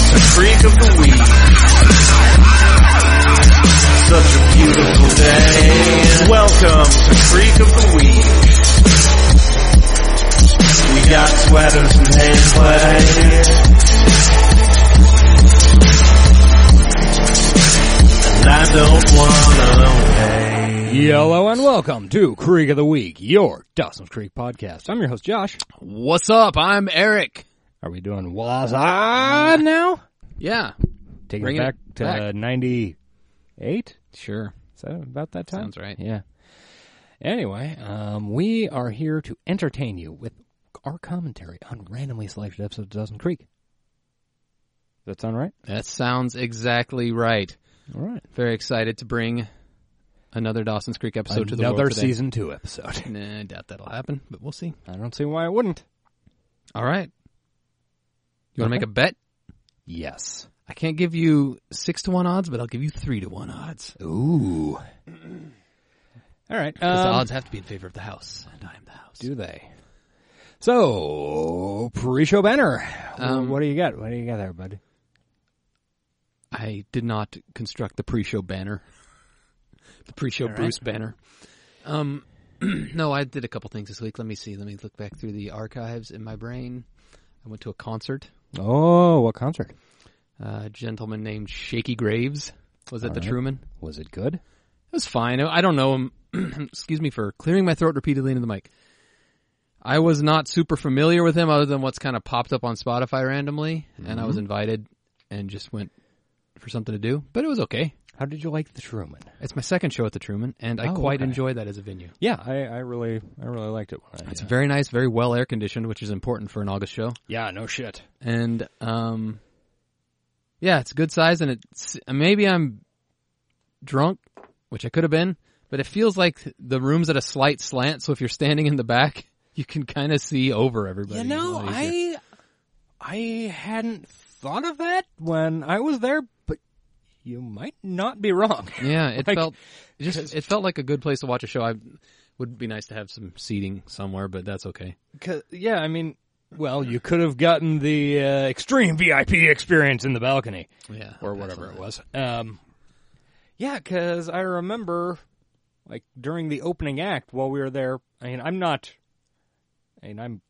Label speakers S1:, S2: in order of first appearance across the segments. S1: of the week. Such a beautiful day. Welcome to Freak of the Week. We got sweaters and hand play. And I don't wanna wait.
S2: Yellow and welcome to Creek of the Week, your Dawson's Creek podcast. I'm your host Josh.
S3: What's up? I'm Eric.
S2: Are we doing was on now?
S3: Yeah,
S2: Taking
S3: Bring
S2: it
S3: it
S2: back to
S3: back.
S2: 98?
S3: sure.
S2: Is that about that time?
S3: Sounds right.
S2: Yeah. Anyway, um, we are here to entertain you with our commentary on randomly selected episodes of Dawson Creek. Does that sound right?
S3: That sounds exactly right.
S2: All right.
S3: Very excited to bring another Dawson's Creek episode to the world
S2: Another
S3: today.
S2: season two episode.
S3: Nah, I doubt that'll happen, but we'll see.
S2: I don't see why it wouldn't.
S3: All right. You want to
S2: Okay.
S3: make a bet?
S2: Yes.
S3: I can't give you six to one odds, but I'll give you three to one odds.
S2: Ooh. All right.
S3: Because the
S2: um,
S3: odds have to be in favor of the house, and I am the house.
S2: Do they? So, pre-show banner.
S3: Um,
S2: what do you got? What do you got there, bud?
S3: I did not construct the pre-show banner, the pre-show
S2: right.
S3: Bruce banner. Um, no, I did a couple things this week. Let me see. Let me look back through the archives in my brain. I went to a concert.
S2: Oh, what concert?
S3: A gentleman named Shaky Graves was at the
S2: right.
S3: Truman.
S2: Was it good?
S3: It was fine. I I don't know him. Excuse me for clearing my throat repeatedly into the mic. I was not super familiar with him other than what's kind of popped up on Spotify randomly, and I was
S2: Mm-hmm.
S3: invited and just went for something to do, but it was okay.
S2: How did you like the Truman?
S3: It's my second show at the Truman, and I
S2: Oh,
S3: quite
S2: okay.
S3: enjoy that as a venue.
S2: Yeah, I, I really, I really liked it. When I,
S3: It's very nice, very well air conditioned, which is important for an August show.
S2: yeah, no shit.
S3: And um, yeah, it's a good size, and it's maybe I'm drunk, which I could have been, but it feels like the room's at a slight slant. So if you're standing in the back, you can kind of see over everybody.
S2: You know,
S3: A lot easier.
S2: I, I hadn't thought of that when I was there, but you might not be wrong.
S3: yeah, it
S2: like,
S3: felt it just it felt like a good place to watch a show. I would be nice to have some seating somewhere, but that's okay.
S2: 'Cause- yeah, I mean, well, you could have gotten the uh, extreme VIP experience in the balcony.
S3: Yeah,
S2: or whatever it was. Um, yeah, because I remember, like during the opening act while we were there. I mean, I'm not. I mean, I'm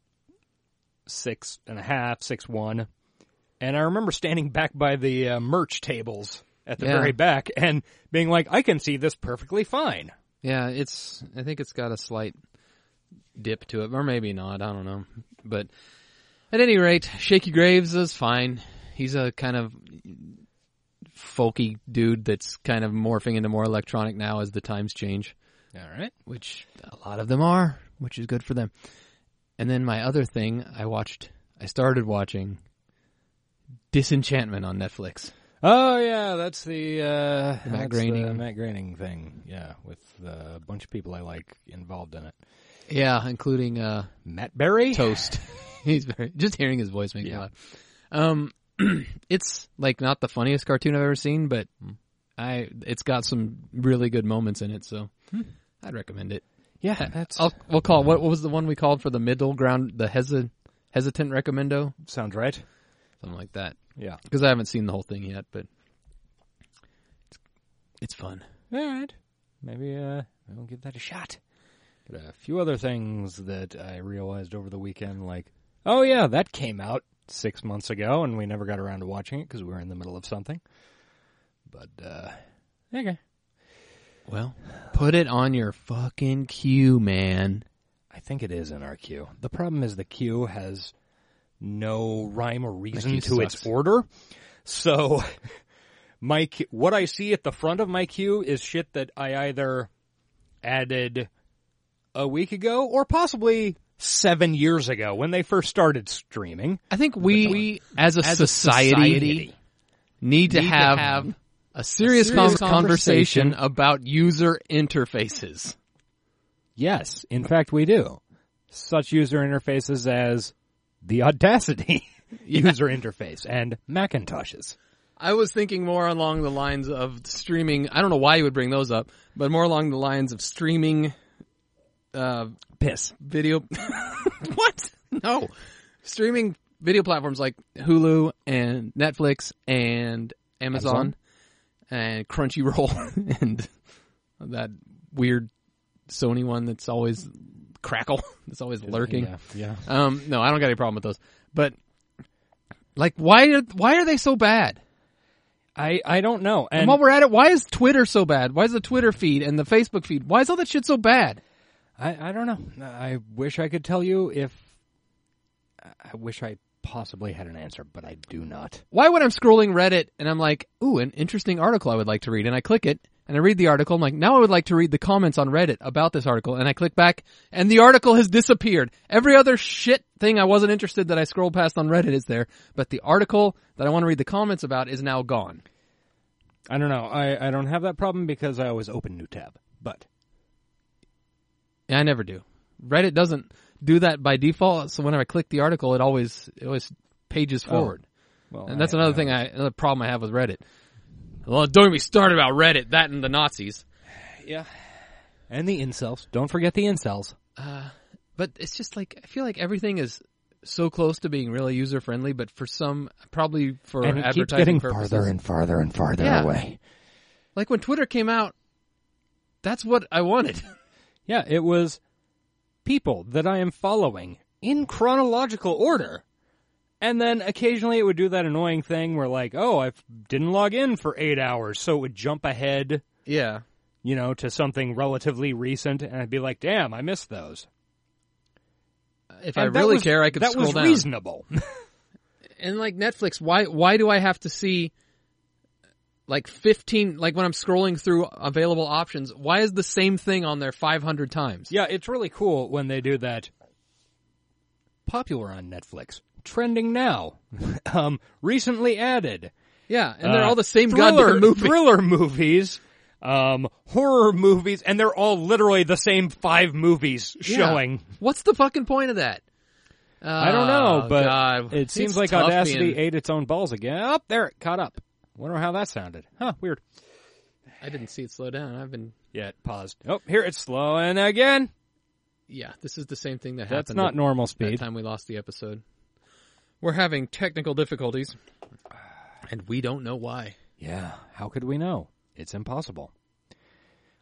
S2: six and a half, six one, and I remember standing back by the uh, merch tables at the
S3: Yeah.
S2: very back and being like, "I can see this perfectly fine."
S3: Yeah, it's. I think it's got a slight dip to it, or maybe not. I don't know. But at any rate, Shaky Graves is fine. He's a kind of folky dude that's kind of morphing into more electronic now as the times change,
S2: All right.
S3: which a lot of them are, which is good for them. And then my other thing, I watched. I started watching Disenchantment on Netflix.
S2: Oh yeah, that's the, uh, Matt
S3: Matt Groening.
S2: Matt Groening thing. Yeah, with uh, a bunch of people I like involved in it.
S3: Yeah, including uh,
S2: Matt Berry.
S3: toast. He's very just hearing his voice makes
S2: Yeah.
S3: me laugh. Um, it's like not the funniest cartoon I've ever seen, but I it's got some really good moments in it, so I'd recommend it.
S2: yeah, that's
S3: I'll, we'll call what, what was the one we called for the middle ground, the hesi- hesitant recommendo,
S2: sounds right.
S3: something like that.
S2: Yeah.
S3: Because I haven't seen the whole thing yet, but it's, it's fun.
S2: All right. Maybe uh, I'll give that a shot. Got a few other things that I realized over the weekend, like, oh yeah, that came out six months ago, and we never got around to watching it because we were in the middle of something. But uh, okay,
S3: Well, put it on your fucking queue, man.
S2: I think it is in our queue. The problem is the queue has no rhyme or reason
S3: queue
S2: to its
S3: sucks.
S2: order. So my que- what I see at the front of my queue is shit that I either added a week ago or possibly 7 years ago when they first started streaming.
S3: I think we, we as a society need to
S2: Need to
S3: have,
S2: have
S3: a serious, con-
S2: serious
S3: conversation, about user interfaces.
S2: Yes, in fact we do. Such user interfaces as the Audacity user interface and Macintoshes.
S3: I was thinking more along the lines of streaming. I don't know why you would bring those up, but more along the lines of streaming uh,
S2: Piss.
S3: video. what? No, streaming video platforms like Hulu and Netflix and Amazon, and Crunchyroll and that weird Sony one that's always crackle, that's always lurking.
S2: Yeah, yeah.
S3: Um, no, I don't got any problem with those. But like, why are why are they so bad?
S2: I I don't know.
S3: And
S2: And
S3: while we're at it, why is Twitter so bad? Why is the Twitter feed and the Facebook feed? Why is all that shit so bad?
S2: I I don't know. I wish I could tell you if I wish I possibly had an answer, but I do not.
S3: Why when I'm scrolling Reddit and I'm like, ooh, an interesting article I would like to read, and I click it and I read the article, I'm like, now I would like to read the comments on Reddit about this article, and I click back, and the article has disappeared. Every other shit thing I wasn't interested that I scrolled past on Reddit is there, but the article that I want to read the comments about is now gone.
S2: I don't know. I I don't have that problem because I always open new tab. But
S3: Yeah, I never do. Reddit doesn't do that by default, so whenever I click the article, it always it always pages forward.
S2: Oh, well,
S3: And that's
S2: I-
S3: another thing I another problem I have with Reddit. Well, don't get me started about Reddit, that and the Nazis.
S2: Yeah. And the incels. Don't forget the incels.
S3: But it's just like I feel like everything is so close to being really user friendly, but for some probably for
S2: and it
S3: advertising
S2: keeps getting
S3: purposes.
S2: farther and farther and farther
S3: Yeah.
S2: away.
S3: like when Twitter came out, that's what I wanted.
S2: Yeah, it was people that I am following in chronological order. And then occasionally it would do that annoying thing where like, oh, I didn't log in for eight hours, so it would jump ahead,
S3: yeah.
S2: you know, to something relatively recent, and I'd be like, damn, I missed those.
S3: If
S2: And
S3: I
S2: that
S3: really
S2: was-
S3: care, I could
S2: that
S3: scroll
S2: was
S3: down.
S2: reasonable.
S3: and like Netflix, why why do I have to see like fifteen? Like when I'm scrolling through available options, why is the same thing on there five hundred times?
S2: Yeah, it's really cool when they do that. Popular on Netflix, trending now, um, recently added.
S3: Yeah, and they're
S2: Uh,
S3: all the same
S2: thriller,
S3: goddamn movie.
S2: thriller movies, um, horror movies, and they're all literally the same five movies
S3: Yeah.
S2: showing.
S3: What's the fucking point of that?
S2: I don't know,
S3: Oh,
S2: but
S3: God.
S2: it seems
S3: It's
S2: like
S3: tough
S2: Audacity
S3: being-
S2: ate its own balls again. Up there, it caught up. Wonder how that sounded. Huh? Weird.
S3: I didn't see it slow down. I've been.
S2: Yeah, it paused. Oh, here it's slowing again.
S3: Yeah, this is the same thing that
S2: That's
S3: happened.
S2: not normal speed.
S3: That time we lost the episode. We're having technical difficulties, and we don't know why.
S2: Yeah, how could we know? It's impossible.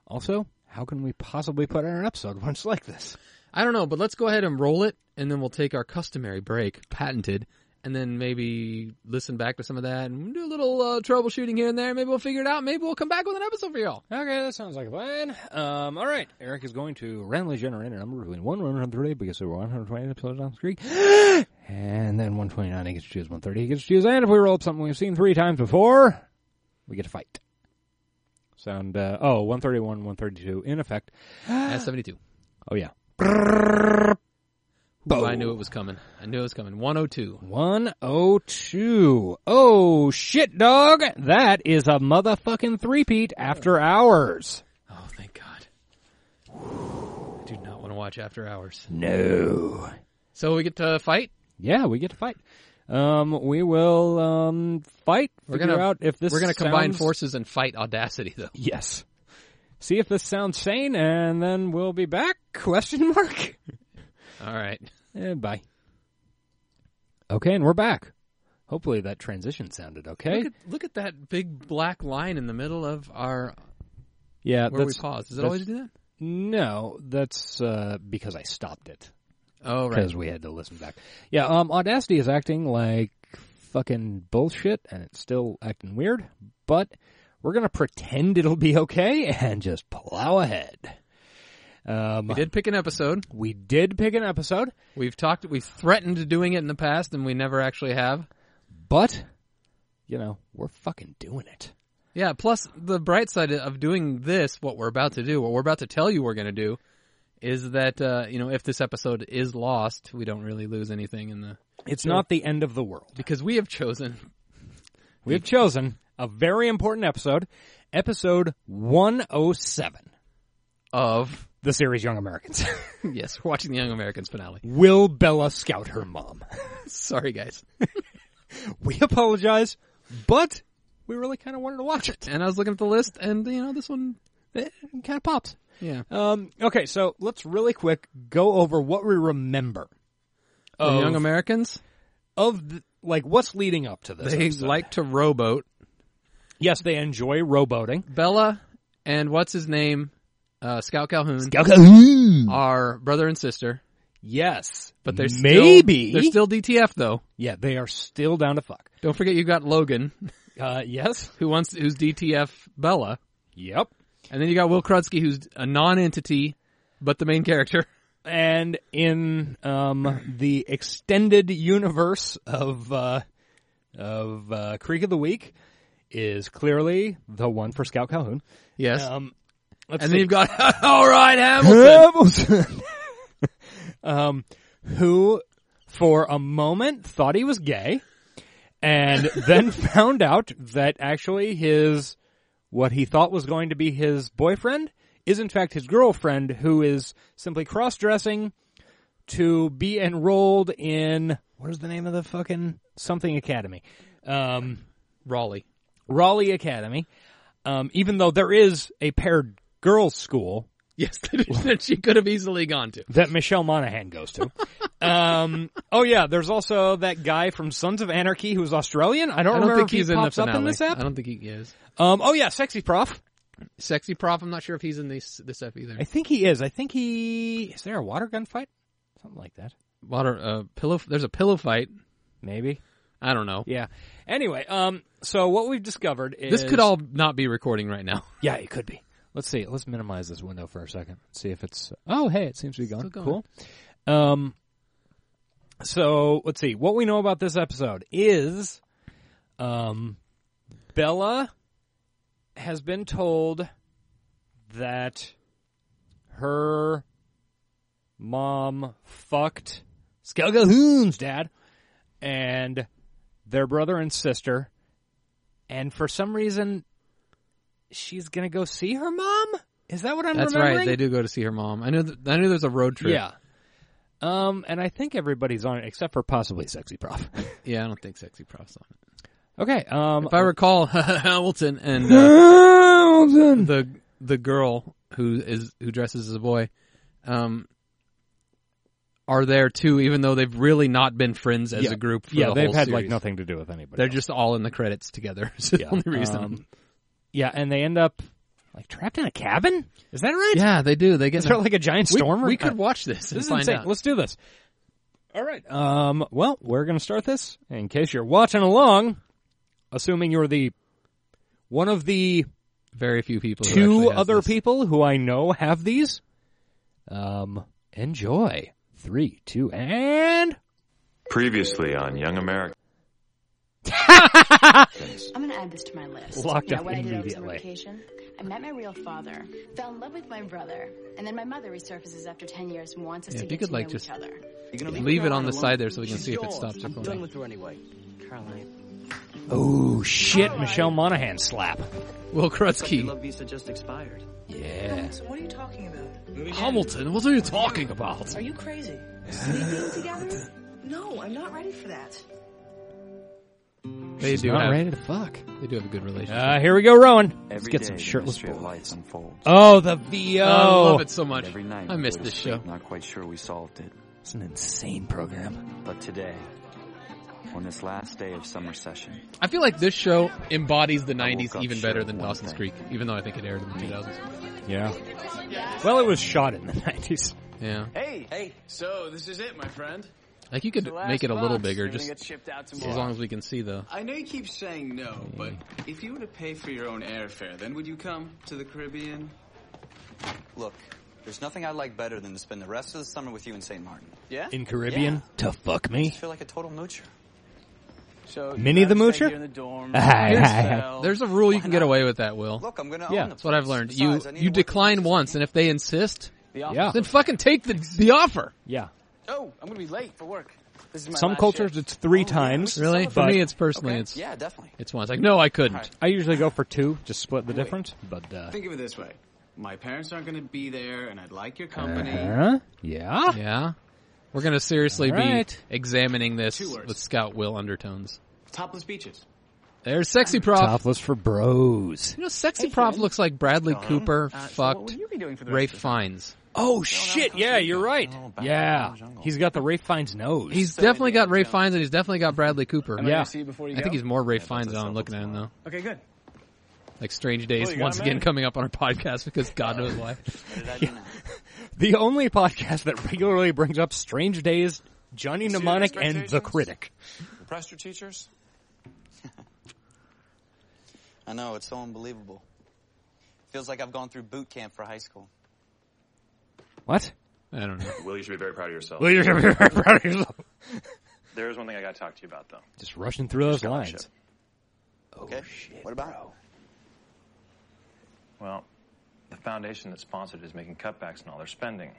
S2: Also, how can we possibly put out an episode once like this?
S3: I don't know, but let's go ahead and roll it, and then we'll take our customary break, patented, and then maybe listen back to some of that and do a little uh, troubleshooting here and there. Maybe we'll figure it out. Maybe we'll come back with an episode for y'all.
S2: Okay, that sounds like a plan. Um, all right, Eric is going to randomly generate a number between 1 and 130 because there were 120 episodes on the streak. and then 129, he gets to choose 130, he gets to choose. And if we roll up something we've seen three times before, we get to fight. Sound, uh, oh, 131, 132 in effect. Ah.
S3: At 72.
S2: Oh, yeah.
S3: Ooh, I knew it was coming. I knew it was coming. 102.
S2: 102. Oh, shit, dog. That is a motherfucking threepeat after hours.
S3: Oh, thank God. I do not want to watch After Hours.
S2: No.
S3: So we get to fight?
S2: Yeah, we get to fight. Um, we will, um, fight,
S3: We're
S2: figure
S3: gonna-
S2: out if this
S3: We're going to combine
S2: sounds-
S3: forces and fight Audacity, though.
S2: Yes. See if this sounds sane, and then we'll be back? Question mark?
S3: All right.
S2: And bye. Okay, and we're back. Hopefully that transition sounded okay.
S3: Look at, look at that big black line in the middle of our
S2: yeah,
S3: where we
S2: that's
S3: pause. Does it
S2: that's-
S3: always do that?
S2: no. That's uh, because I stopped it.
S3: Oh, right.
S2: because we had to listen back. Yeah, um, Audacity is acting like fucking bullshit, and it's still acting weird. But we're gonna pretend it'll be okay and just plow ahead. Um,
S3: We did pick an episode.
S2: we did pick an episode,
S3: We've talked. We've threatened doing it in the past, and we never actually have.
S2: but you know we're fucking doing it.
S3: Yeah. Plus, the bright side of doing this, what we're about to do, what we're about to tell you, we're going to do, is that uh, you know, if this episode is lost, we don't really lose anything in the
S2: It's not the end of the world.
S3: because we have chosen.
S2: We've chosen a very important episode, episode one oh seven,
S3: Of
S2: the series Young Americans.
S3: yes, we're watching the Young Americans finale.
S2: Will Bella scout her mom?
S3: Sorry, guys.
S2: we apologize, but we really kind of wanted to watch it.
S3: And I was looking at the list, and you know, this one,
S2: It kind of pops.
S3: yeah,
S2: Um, okay, so let's really quick go over what we remember.
S3: The
S2: Of
S3: Young Americans.
S2: of the, like what's leading up to this?
S3: They
S2: episode?
S3: like to rowboat.
S2: yes, they enjoy rowboating.
S3: Bella and what's his name, uh, Scout Calhoun, are brother and sister,
S2: Yes,
S3: but they're
S2: maybe
S3: still, they're still DTF though.
S2: yeah they are still down to fuck.
S3: Don't forget you got Logan
S2: Uh, yes,
S3: who wants who's DTF Bella,
S2: yep,
S3: and then you got Will Krutsky who's a non-entity but the main character.
S2: and in um the extended universe of uh of uh, Creek of the Week is clearly the one for Scout Calhoun.
S3: Yes,
S2: Um, let's
S3: and
S2: see.
S3: then you've got all right Hamilton.
S2: Hamilton. um, who for a moment thought he was gay and then found out that actually his, what he thought was going to be his boyfriend is in fact his girlfriend who is simply cross dressing to be enrolled in, what is the name of the fucking something academy? Um,
S3: Raleigh.
S2: Raleigh Academy. Um, even though there is a paired girls school
S3: Yes, that she could have easily gone to.
S2: that Michelle Monaghan goes to. um, oh yeah, there's also that guy from Sons of Anarchy who's Australian. I don't,
S3: I don't
S2: remember
S3: think
S2: if he
S3: he's in the
S2: pops up
S3: finale.
S2: in this
S3: I
S2: app.
S3: don't think he is.
S2: Um, oh yeah, sexy prof.
S3: Sexy prop. I'm not sure if he's in this this ep either.
S2: I think he is. I think he is there a water gun fight, something like that.
S3: Water uh, pillow. There's a pillow fight.
S2: Maybe.
S3: I don't know.
S2: Yeah. Anyway, um, so what we've discovered is
S3: This could all not be recording right now.
S2: yeah, it could be. Let's see. Let's minimize this window for a second. See if it's. Oh, hey, it seems to be gone.
S3: Still going.
S2: Cool. Um. So let's see. What we know about this episode is, um, Bella has been told that her mom fucked Skelgahoon's dad and their brother and sister, and for some reason, she's gonna go see her mom. Is that what I'm
S3: That's
S2: remembering?
S3: right. They do go to see her mom. I know. Th- I knew there's a road trip.
S2: Yeah. Um, and I think everybody's on it except for possibly Sexy Prof.
S3: Yeah. I don't think sexy props on it.
S2: okay. Um,
S3: If I recall, Hamilton and uh, the the girl who is who dresses as a boy, um, are there too. Even though they've really not been friends as
S2: Yeah.
S3: a group. For
S2: yeah,
S3: the
S2: they've
S3: whole
S2: had like
S3: series.
S2: nothing to do with anybody.
S3: They're
S2: else.
S3: just all in the credits together. It's the
S2: Yeah.
S3: only reason.
S2: Um, yeah, and they end up like trapped in a cabin. Is that right?
S3: yeah, they do. They get
S2: Is there like a giant
S3: we,
S2: storm? or-
S3: we could watch this. and
S2: This is
S3: find
S2: insane.
S3: out.
S2: Let's do this. All right. Um, well, we're going to start this. In case you're watching along, assuming you're the one of the
S3: Very few people. who actually
S2: two
S3: has
S2: other
S3: this.
S2: people who I know have these, um, enjoy. Three, two, and
S1: Previously on Young America.
S4: I'm gonna add this to my list.
S2: Locked
S4: yeah,
S2: up
S4: what I did over
S2: immediately.
S4: vacation, I met my real father, fell in love with my brother, and then my mother resurfaces after ten years and wants us
S3: Yeah,
S4: to
S3: if
S4: get
S3: you could,
S4: to
S3: like,
S4: know
S3: just-
S4: each other.
S3: Leave it on the side there so we can see if it stops
S5: I'm done
S3: recording.
S5: with her anyway. Caroline.
S2: oh shit, Michelle Monaghan slap.
S3: Will
S5: Your
S3: Krutsky.
S5: love visa just expired.
S2: Yeah.
S6: So what are you talking about?
S3: Hamilton, what are you talking about?
S6: Are you crazy? Sleeping together? No, I'm not ready for that.
S3: They do,
S2: Not
S3: have,
S2: ready to fuck.
S3: they do have a good relationship.
S2: Uh, here we go, Rowan. Let's
S7: Every
S2: get
S7: day
S2: some
S7: the
S2: shirtless
S7: mystery of
S2: bull.
S7: lights unfolds.
S2: Oh, the VO.
S3: I love it so much.
S7: Every night
S3: I
S7: we
S3: miss
S7: go to
S3: this
S7: sleep
S3: show.
S7: Not quite sure we solved it,
S2: It's an insane program.
S7: but today, on this last day of summer session,
S3: I feel like this show embodies the
S7: woke
S3: 90s
S7: up
S3: even
S7: sure
S3: better than
S7: one
S3: Dawson's
S7: thing.
S3: Creek, even though I think it aired in the 2000s.
S2: Yeah. Well, it was shot in the 90s.
S3: Yeah.
S8: Hey, hey. So this is it, my friend.
S3: Like you could
S8: The last
S3: make it a little
S8: box.
S3: bigger
S8: Gonna
S3: just
S8: get shipped out
S3: as
S8: tomorrow.
S3: long as we can see the.
S5: Oh.
S8: I know you keep saying no, but if you were to pay for your own airfare, then would you come to the Caribbean?
S9: Look, there's nothing I like better than to spend the rest of the summer with you in St. Martin.
S8: Yeah.
S2: In Caribbean? To fuck
S9: I
S2: me?
S9: feel like a total moocher.
S8: So
S2: Minnie
S8: you gotta
S2: the
S8: stay
S2: Moocher?
S8: here in the dorm.
S2: Hi,
S8: Here's
S2: hi, hi.
S8: Belle.
S3: There's a rule you can get away with that, Will.
S9: Look, I'm gonna
S2: Yeah,
S9: own the
S3: That's what I've
S9: place.
S3: learned. You
S9: Besides, I need
S3: you
S9: to work
S3: decline
S9: with this
S3: once, and if they insist,
S8: The office.
S2: Yeah.
S3: then fucking take the the offer.
S2: Yeah.
S8: Oh, I'm gonna be late for work. This is my
S2: Some
S8: last
S2: cultures,
S8: shift.
S2: it's
S5: Oh,
S2: three times.
S3: Really? For
S2: But
S3: me, it's personally it's
S9: Yeah, definitely.
S3: it's once. Like no, I couldn't.
S2: I usually go for two, just split the difference. But, uh...
S8: Think of it this way: my parents aren't gonna be there, and I'd like your company.
S3: Uh-huh.
S2: Huh? Yeah?
S3: Yeah, we're gonna seriously
S2: All right.
S3: be examining this
S8: Two words.
S3: with Scout Will undertones.
S8: Topless beaches.
S3: There's sexy prof.
S2: Topless for bros.
S3: You know, sexy prof looks like Bradley Cooper
S5: Uh, so what
S3: fucked
S5: will you be doing for the
S3: Rafe
S5: rest of
S3: Fiennes.
S2: Oh shit! Yeah, you're right.
S9: Oh, back in
S2: Yeah,
S9: the jungle.
S2: he's got the Rafe Fiennes nose.
S3: He's
S5: So
S3: definitely
S5: they
S3: got
S5: don't-
S3: Rafe Fiennes and he's definitely got Bradley Cooper.
S5: Am I gonna see you before you
S3: I
S5: go?
S3: think he's more Rafe Fiennes than I'm looking at him though.
S5: Okay, good.
S3: Like Strange Days
S5: you got
S3: once
S5: him,
S3: again
S5: man.
S3: coming up on our podcast because God knows why.
S9: What did I do now?
S2: the only podcast that regularly brings up Strange Days, Johnny Mnemonic, and The
S9: expectations?
S2: Critic.
S9: Impressed your teachers? I know, it's so unbelievable. Feels like I've gone through boot camp for high school.
S2: What?
S3: I don't know.
S10: Will, you should be very proud of yourself.
S2: Well, you're gonna be very proud of yourself.
S10: There is one thing I got to talk to you about, though.
S2: Just rushing through those lines.
S5: Oh,
S9: Okay? what about?
S10: Well, the foundation that sponsored it is making cutbacks in all their spending.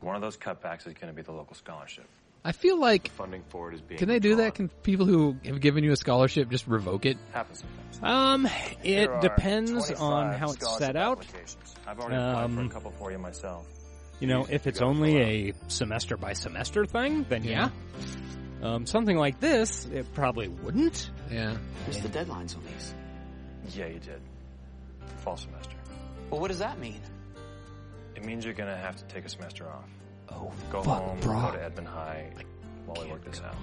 S10: One of those cutbacks is going to be the local scholarship.
S3: I feel like
S10: Funding for it is being.
S3: can they do that?
S10: withdrawn.
S3: Can people who have given you a scholarship just revoke it?
S10: happens sometimes.
S2: Um, it
S10: There are
S2: depends on
S10: 25
S2: how it's
S10: scholarship
S2: set out.
S10: applications. I've already applied for
S2: Um,
S10: a couple for you myself.
S2: You know, if it's only a
S10: Yeah.
S2: semester by semester thing, then yeah. Um, something like this, it probably wouldn't.
S3: Yeah.
S5: Missed the deadlines on these.
S10: Yeah, you did. Fall semester.
S9: Well, what does that mean?
S10: It means you're going to have to take a semester off.
S2: Oh,
S10: Go
S2: fuck,
S10: home.
S2: brah.
S10: Go to Edmond High. While we work this out.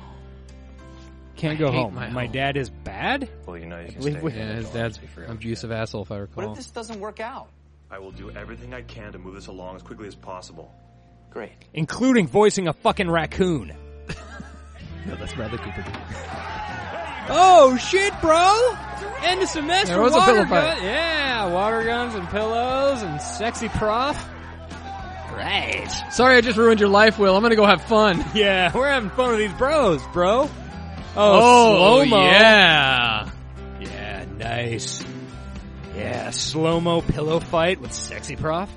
S2: can't
S3: I
S2: go
S3: hate
S2: home.
S3: my
S2: My
S3: home.
S2: dad is bad.
S10: Well, you know you can
S2: believe
S10: stay.
S2: we-
S10: here
S3: Yeah, his
S10: until
S3: dad's
S10: you figure out
S3: an
S10: what
S3: abusive asshole if I
S9: What
S3: recall.
S9: if this doesn't work out?
S10: I will do everything I can to move this along as quickly as possible.
S5: Great.
S2: including voicing a fucking raccoon.
S3: No, that's Bradley Cooper.
S2: Oh shit, bro! End of semester.
S3: There was a
S2: water
S3: pillow fight.
S2: gun- Yeah, water guns and pillows and sexy prof. Great.
S3: Sorry I just ruined your life, Will. I'm gonna go have fun.
S2: Yeah, we're having fun with these bros, bro. Oh, slow mo.
S3: yeah.
S2: Yeah, nice. Yeah, slow mo pillow fight with sexy prof.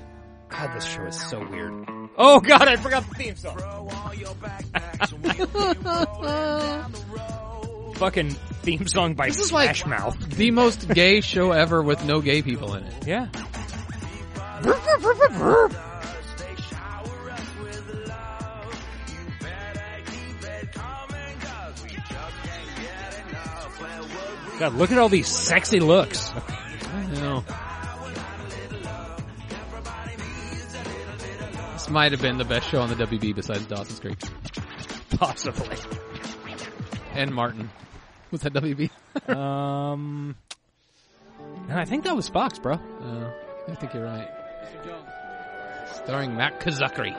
S2: God, this show is so weird. Oh god, I forgot the theme song. Fucking theme song by
S3: This is like-
S2: Smash Mouth.
S3: The most gay show ever with no gay people in it.
S2: Yeah. God, look at all these sexy looks.
S3: No. This might have been the best show on the WB besides Dawson's Creek.
S2: Possibly.
S3: And Martin. Was that WB?
S2: Um, no, I think that was Fox, bro.
S3: Uh, I think you're right. Starring Matt Kazakri.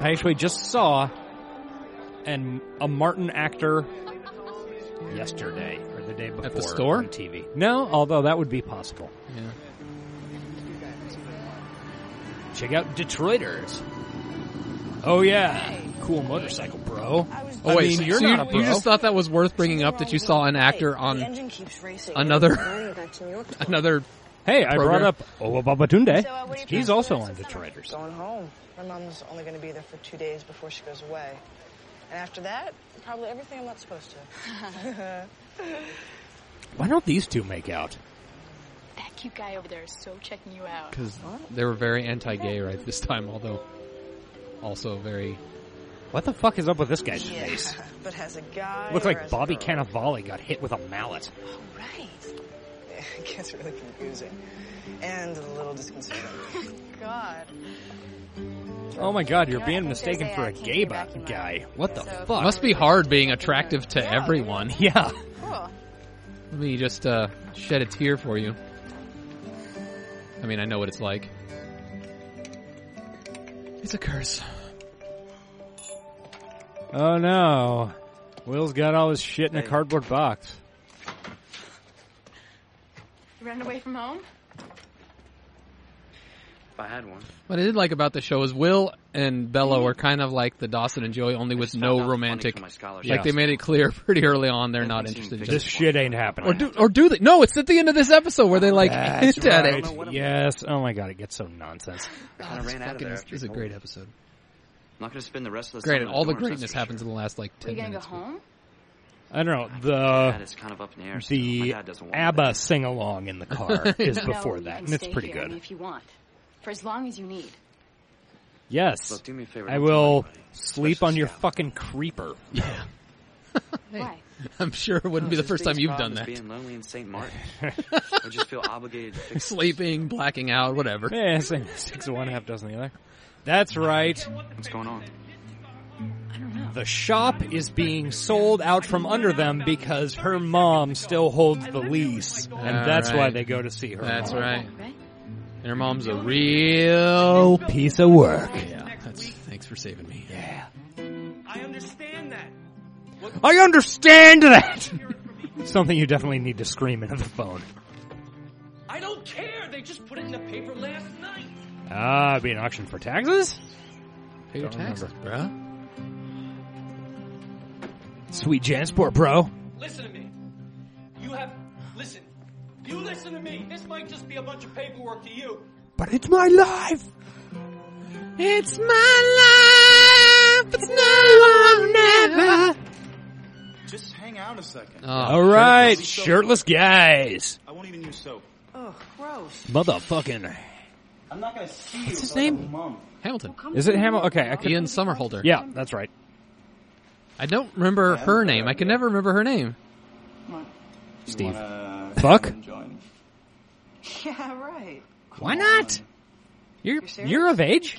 S2: I actually just saw an a Martin actor yesterday or the day before
S3: the store?
S2: on TV. No, although that would be possible.
S3: Yeah.
S2: Check out Detroiters. Oh yeah, cool motorcycle, bro.
S3: Oh
S2: I
S3: wait,
S2: mean,
S3: so-
S2: you're
S3: so
S2: not a
S3: you, you
S2: bro.
S3: just thought that was worth bringing up that you saw an actor
S6: The
S3: on
S6: engine keeps racing.
S3: another-
S6: Bring me back to New York tomorrow.
S3: another.
S2: Hey, I
S3: program.
S2: brought up Owa Babatunde.
S4: So, uh, what are your
S2: He's
S4: plans
S2: also
S4: for
S2: on
S4: the summer?
S2: Detroiters.
S6: Going home. My mom's only going to be there for two days before she goes away. And after that, probably everything I'm not supposed to.
S2: Why don't these two make out?
S4: That cute guy over there is so checking you out.
S3: Because they were very anti-gay right this time, although also very.
S2: What the fuck is up with this guy's face?
S6: But has a guy.
S2: Looks
S6: or
S2: like
S6: as
S2: Bobby
S6: a girl,
S2: Cannavale got hit with a mallet.
S4: Right.
S6: It gets really confusing. And a little disconcerting.
S4: God.
S2: Oh my god, you're
S4: Yeah, I
S2: being
S4: think
S2: mistaken
S4: Thursday
S2: for
S4: I
S2: a
S4: can't
S2: gay
S4: be
S2: ba-
S4: back in my-
S2: guy. What the
S4: So-
S2: fuck?
S3: Must be hard being attractive to everyone.
S2: yeah.
S4: Cool.
S3: Let me just uh, shed a tear for you. I mean, I know what it's like. It's a curse.
S2: Oh no. Will's got all his shit in a cardboard box.
S4: You running away from home?
S5: If I had one.
S3: What I did like about the show is Will and Bella were kind of like the Dawson and Joey, only with
S5: Just found out the
S3: no
S5: funding
S3: romantic.
S5: for My scholarship.
S3: Like they made it clear pretty early on they're not
S5: Haven't seen
S3: interested. in
S2: This
S5: pictures.
S3: each
S2: shit ain't
S3: other. Or
S2: happening.
S3: do, or do they? No, it's at the end of this episode where they like hint at
S2: right.
S3: it.
S2: Yes. Oh my god, it gets so nonsense.
S5: I kind of ran out of there.
S3: Fucking- this is a great episode.
S5: I'm not going to spend the rest of the
S3: Granted,
S5: summer in
S3: all the
S5: dorms, that's
S3: greatness
S5: for
S3: happens in the last like
S4: Are
S3: ten
S4: you gonna go
S3: minutes.
S4: home?
S2: I don't know.
S5: sure.
S2: The
S5: That is kind of up in the air. still. My
S2: the
S5: dad doesn't want me
S2: ABBA
S5: there.
S2: sing along in the car is before
S4: no, you
S2: that,
S4: can
S2: and it's
S4: stay
S2: pretty
S4: here, I mean,
S2: good.
S4: if you want, for as long as you need.
S2: Yes.
S5: Look, do me a favor.
S2: I
S5: don't tell
S2: will
S5: anybody.
S2: sleep on your fucking creeper.
S4: Why?
S3: I'm sure it wouldn't be the
S5: His
S3: first time
S5: biggest
S3: you've done
S5: problem
S3: that.
S5: is Oh, Being lonely in St. Martin. I just feel obligated to fix
S3: Sleeping, blacking out, whatever.
S2: Yeah, same. Six of one, half dozen of the other. That's right.
S5: what's going on.
S2: The shop is being sold out from under them because her mom still holds the lease, and
S3: All
S2: that's why
S3: right.
S2: they go to see her.
S3: That's
S2: mom.
S3: right. And her mom's a real
S2: piece of work.
S3: Yeah, that's, thanks for saving me.
S2: Yeah.
S1: I understand that.
S2: I understand that. Something you definitely need to scream into the phone.
S1: I don't care. They just put it in the paper last night.
S2: Ah, be an auction for taxes?
S3: Pay your
S2: Don't
S3: taxes, bruh.
S2: Sweet Jansport, bro.
S1: Listen to me. You have listen. You listen to me. This might just be a bunch of paperwork to you.
S2: But it's my life.
S3: It's my life. It's now or never.
S8: Just hang out a second.
S3: Oh,
S2: All right, shirtless guys.
S8: I won't even use soap.
S6: Ugh, Oh, gross.
S2: Motherfucking.
S8: I'm not gonna see you.
S3: his
S8: for like a
S3: name?
S8: month.
S3: Hamilton.
S2: Is it Hamill? Okay, I could.
S3: Ian Somerhalder.
S2: Yeah, that's right.
S3: I don't remember her name. I can never remember her name.
S8: You
S2: Steve.
S8: wanna
S2: Fuck.
S8: come and join?
S6: Yeah, right.
S2: Why not? You're
S6: serious?
S2: you're of age.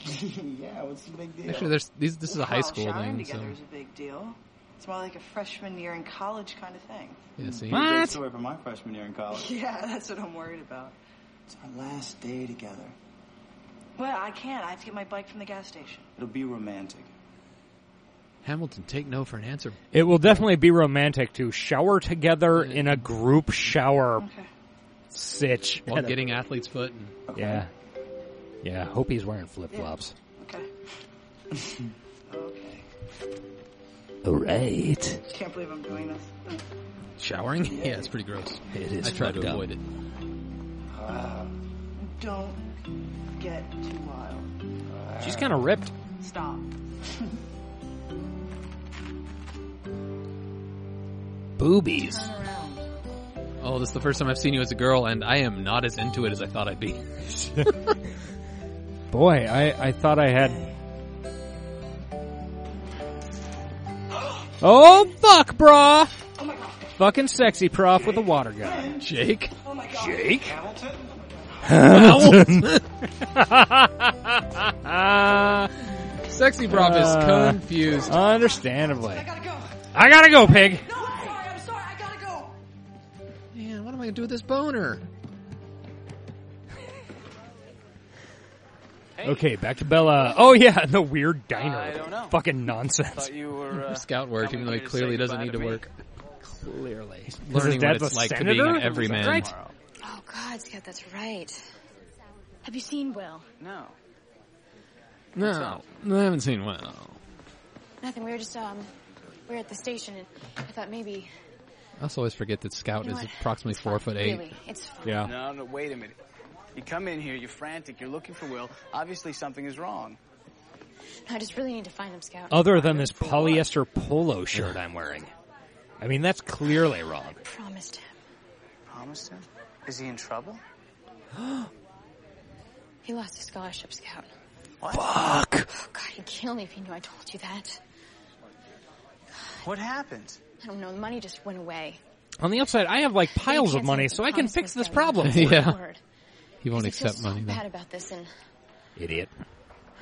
S8: yeah, what's the big deal?
S3: Actually, there's these, this is a high
S6: Well,
S3: school
S6: showering
S3: thing. So
S6: together is a big deal. It's more like a freshman year in college kind of thing.
S3: yeah, see,
S8: Great
S2: What?
S8: story from my freshman year in college.
S6: Yeah, that's what I'm worried about.
S8: It's our last day together.
S6: Well, I can't. I have to get my bike from the gas station.
S8: It'll be romantic.
S3: Hamilton, take no for an answer.
S2: It will definitely be romantic to shower together in a group shower
S6: Okay.
S2: sitch.
S3: While getting athlete's foot. And,
S2: yeah, yeah. Hope he's wearing flip flops.
S6: Okay. okay.
S2: All right.
S6: Can't believe I'm doing this.
S3: Showering? Yeah, it's pretty gross.
S2: It is
S3: I tried to
S2: fucked up.
S3: avoid it.
S6: Don't get too wild.
S2: She's kind of ripped.
S6: Stop.
S2: Boobies.
S6: Turn around.
S3: Oh, this is the first time I've seen you as a girl, and I am not as into it as I thought I'd be.
S2: Boy, I, I thought I had. Oh fuck, brah! Fucking sexy prof with a water gun.
S3: Jake?
S2: Jake?
S8: Hamilton?
S3: Sexy Brock is
S2: Uh,
S3: confused.
S2: Understandably.
S6: I gotta go.
S2: I gotta go, pig.
S6: No, I'm sorry. I'm sorry. I gotta go.
S3: Man, what am I gonna do with this boner?
S2: Okay, back to Bella. Oh yeah, the weird diner.
S5: I don't know.
S2: Fucking nonsense.
S5: you were uh,
S3: Scout work, even though
S5: Coming here
S3: he
S5: to
S3: clearly
S5: say
S3: doesn't
S5: goodbye
S3: need
S5: to
S3: to
S5: me.
S3: work.
S2: Clearly,
S3: Learning what it's like to be an everyman.
S2: Right?
S4: Oh, God, Scott, that's right. Have you seen Will?
S5: no.
S3: No, I haven't seen one.
S4: Nothing. We were just, um, we were at the station, and I thought maybe.
S3: I also always forget that Scout
S4: You know
S3: is
S4: what?
S3: approximately four foot eight.
S4: Really, it's fine.
S3: Yeah.
S5: No, no, wait a minute. You come in here, you're frantic, you're looking for Will. Obviously something is wrong.
S4: I just really need to find him, Scout.
S2: Other than this polyester polo shirt I'm wearing. I mean, that's clearly wrong.
S4: I promised him.
S5: Promised him? Is he in trouble?
S4: He lost his scholarship, Scout.
S2: Fuck.
S4: Oh, God, he'd kill me if he knew I told you that.
S5: What happened?
S4: I don't know. The money just went away.
S2: On the upside, I have like
S4: But you
S2: piles of
S4: can't say
S2: money,
S4: that
S2: so I
S4: you
S2: can
S4: promised
S2: fix
S4: me,
S2: this
S4: Scout. You
S2: problem.
S4: didn't
S3: Yeah.
S4: say a word.
S3: He won't
S4: I feel
S3: accept
S4: so
S3: money.
S4: bad
S3: Though.
S4: about this, and
S2: Idiot.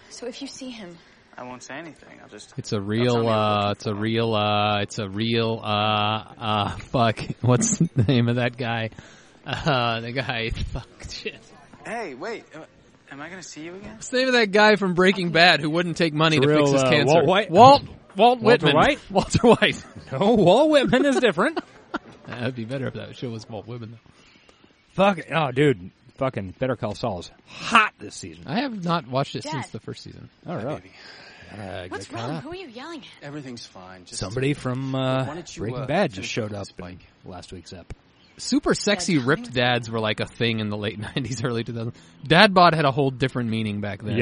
S4: so if you see him,
S5: I won't say anything. I'll just
S3: It's a real. uh It's a real. uh It's a real. uh uh Fuck. What's the name of that guy? Uh The guy. Fuck. Shit.
S5: Hey, wait. Am, am I gonna see you again?
S3: What's the name of that guy from Breaking Bad who wouldn't take money to
S2: Real,
S3: fix his
S2: uh,
S3: cancer?
S2: Walt White?
S3: Walt. Walt
S2: Walter
S3: Whitman.
S2: White?
S3: Walter White.
S2: No, Walt Whitman is different.
S3: That'd be better if that show was Walt Whitman. Though.
S2: Fuck. Oh, dude. Fucking Better Call Saul's hot this season.
S3: I have not watched it since
S4: Dad.
S3: the first season.
S2: All right.
S5: baby.
S2: Uh,
S4: what's
S2: get caught
S4: wrong?
S2: up.
S4: Who are you yelling at?
S5: Everything's fine. Just
S2: Somebody from uh,
S5: don't you,
S2: Breaking
S5: uh,
S2: Bad just
S5: finish
S2: showed
S5: up
S2: up
S5: this
S2: in last week's ep.
S3: Super sexy ripped dads were like a thing in the late nineties, early 2000s. Dad bod had a whole different meaning back then.